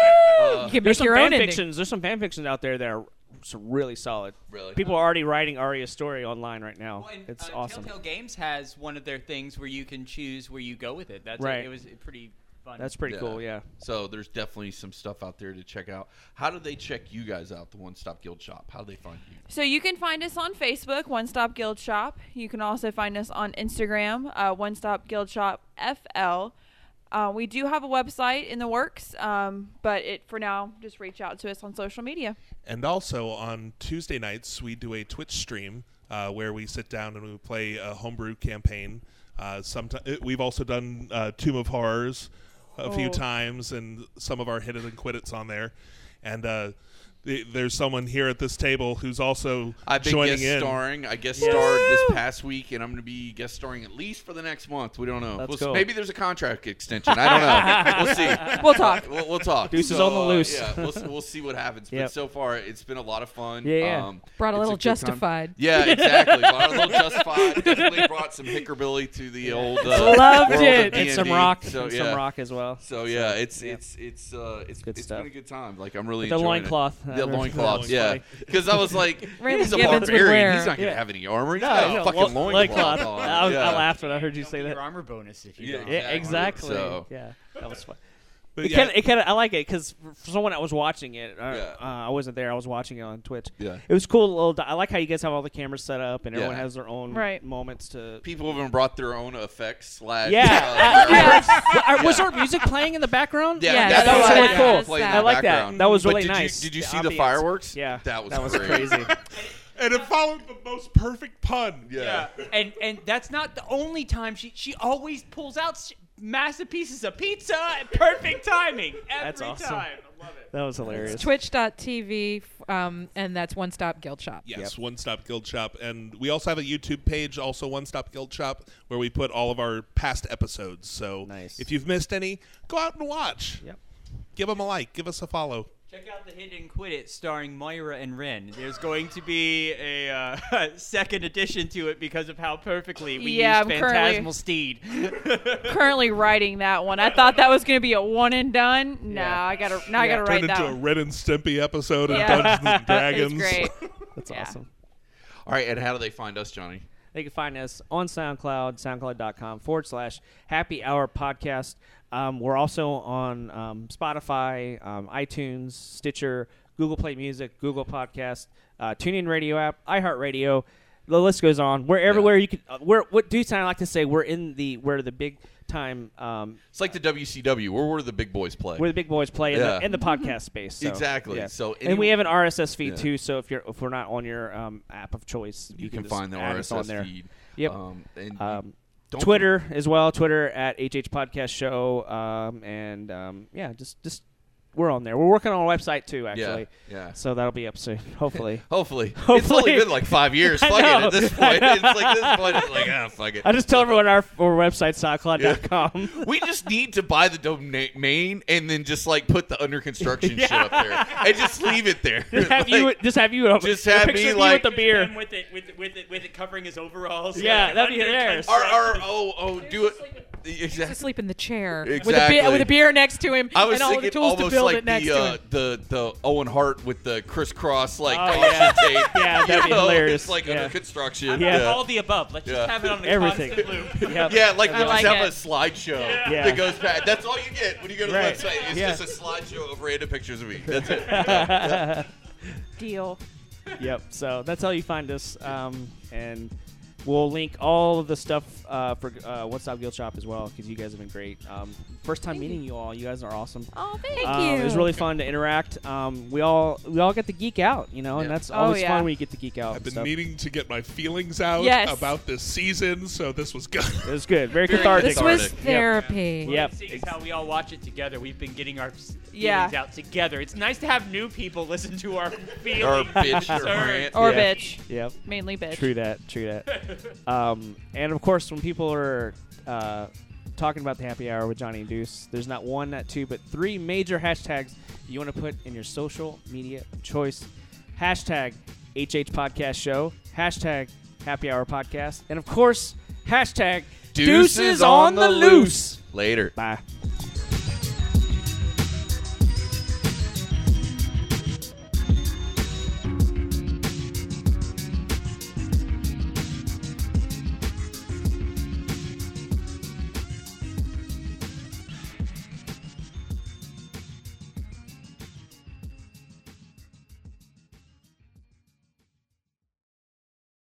You can There's make some your own fan ending. fictions. There's some fan fictions out there that are some really solid. Really? people are already writing Arya's story online right now. well, and, it's uh, awesome. Telltale Games has one of their things where you can choose where you go with it. That's Right. It, was pretty fun. That's pretty Yeah. cool. Yeah. so there's definitely some stuff out there to check out. How do they check you guys out, the One Stop Guild Shop? How do they find you? So you can find us on Facebook, One Stop Guild Shop. You can also find us on Instagram, uh, One Stop Guild Shop FL. Uh, we do have a website in the works, um, but it for now just reach out to us on social media. And also on Tuesday nights, we do a Twitch stream uh, where we sit down and we play a homebrew campaign. Uh, sometimes we've also done uh, Tomb of Horrors a few Oh. times, and some of our hit it and quit it's on there. And uh, th- there's someone here at this table who's also I've been joining guest in. starring. I guest starred this past week, and I'm going to be guest starring at least for the next month. We don't know. That's We'll see. cool. Maybe there's a contract extension. I don't know. we'll see. We'll talk. We'll, we'll talk. Deuce is on the uh, loose. yeah, we'll, s- we'll see what happens. But Yep. so far, it's been a lot of fun. Yeah, yeah. Brought a it's little good time. justified. Yeah, exactly. brought a little justified. Definitely brought some hickorbilly to the old. Uh, Loved world of it. And some D&D. rock. So, and yeah. Some rock as well. So yeah, it's yeah. it's it's uh it's Good it's stuff. been a good time. Like I'm really The enjoying loincloth. It. I The remember loincloth, that. yeah. Because I was like, Randy he's a Gibbons would barbarian. wear- He's not gonna Yeah. have any armor. He's No, got a no, fucking lo- loincloth. on. I, was, yeah. I laughed when I heard you say that. your armor bonus if you Yeah, don't. Yeah, Exactly. exactly. So- Yeah, that was fun. But It yeah, kind of, it kind of, I like it because for someone that was watching it, uh, Yeah. uh, I wasn't there. I was watching it on Twitch. Yeah. It was cool. Little, di- I like how you guys have all the cameras set up and everyone Yeah. has their own Right. moments to. People have even brought their own effects. Slash. Yeah. uh, Uh, Was there music playing in the background? Yeah, Yeah, that's that was what I really had cool. to play in I the like that. background. That was But really did you- nice. did you The see the ambience. fireworks? Yeah, that was that was great. crazy. and it followed the most perfect pun. Yeah. Uh, and and that's not the only time she she always pulls out s massive pieces of pizza at perfect timing every That's awesome. time. I love it. That was hilarious. Twitch.tv, f- um, and that's One Stop Guild Shop. Yes, One Stop Guild Shop. And we also have a YouTube page, also One Stop Guild Shop, where we put all of our past episodes. So Nice. if you've missed any, go out and watch. Yep. Give them a like. Give us a follow. Check out the Hidden Quit It starring Moira and Ren. There's going to be a uh, second edition to it because of how perfectly we Yeah, use I'm Phantasmal currently- Steed. Currently writing that one. I thought that was gonna be a one and done. No, I gotta now I gotta write Turned that. into a One. Red and Stimpy episode of Yeah. Dungeons and It's Dragons. great. That's Yeah. awesome. All right, and how do they find us, Johnny? They can find us on SoundCloud, soundcloud.com forward slash happy hour podcast. Um, we're also on um, Spotify, um, iTunes, Stitcher, Google Play Music, Google Podcast, uh, TuneIn Radio app, iHeartRadio. The list goes on. We're everywhere. You can. Uh, we're what Deuce and I like to say. We're in the we're the big time. Um, It's like the WCW. Where were the big boys play? where the big boys play Yeah. in, the, in the podcast space. so, Exactly. yeah. So and we any- have an RSS feed Yeah. too. So if you're if we're not on your um, app of choice, you, can, just find the add us RSS on there. feed. Yep. Um, and Um, don't Twitter as well. Twitter at HH Podcast Show. Um, and um, yeah, just just we're on there. We're working on a website too, actually. yeah. So that'll be up soon, hopefully. Hopefully. It's Hopefully. only been like five years. I Fuck it know. at this I point. know. It's like this point. It's like, ah, fuck it. I just tell everyone our, our website soundcloud.com. we just need to buy the domain and then just like put the under construction shit up there and just leave it there. just have you Like, just have you a, just a have picture me, of you like- with the beer. with it, with, with it, with it covering his overalls. Yeah, that'd be hilarious. or, or, oh, oh, do it. Exactly. Asleep in the chair with, a Exactly. beer, with a beer next to him I was and all the thinking tools to almost build like it next the, to uh, him. the the Owen Hart with the crisscross like Oh, caution yeah. tape. Yeah, that'd You be know, hilarious. It's like Yeah. under construction. Yeah. All the above. Let's Yeah. just have it on the Everything. constant loop. Yep. Yeah, like we I just like have it. a slideshow Yeah. that goes back. That's all you get when you go to the Right. website. It's Yeah. just a slideshow of random pictures of me. That's it. Deal. Yep. So that's how you find us. Um, and We'll link all of the stuff uh, for uh, One Stop Guild Shop as well because you guys have been great. Um, first time meeting you all. You guys are awesome. Oh, thank Um, you. It was really fun to interact. Um, we all we all get to geek out, you know, and Yeah. that's Oh, always yeah. fun when you get to geek out. I've and been stuff. needing to get my feelings out Yes. about this season, so this was good. It was good, very cathartic. This was Cathartic. therapy. Yep. Seeing as how we all watch it together, we've been getting our s- feelings Yeah. out together. It's nice to have new people listen to our Or feelings. bitch or Sir. rant. Or Yeah. bitch. Yep. Mainly bitch. True that. True that. um, and of course, when people are uh, talking about the happy hour with Johnny and Deuce, there's not one, not two, but three major hashtags you want to put in your social media choice. Hashtag HH Podcast Show. Hashtag Happy Hour Podcast. And of course, hashtag Deuces on the loose. Later. Bye.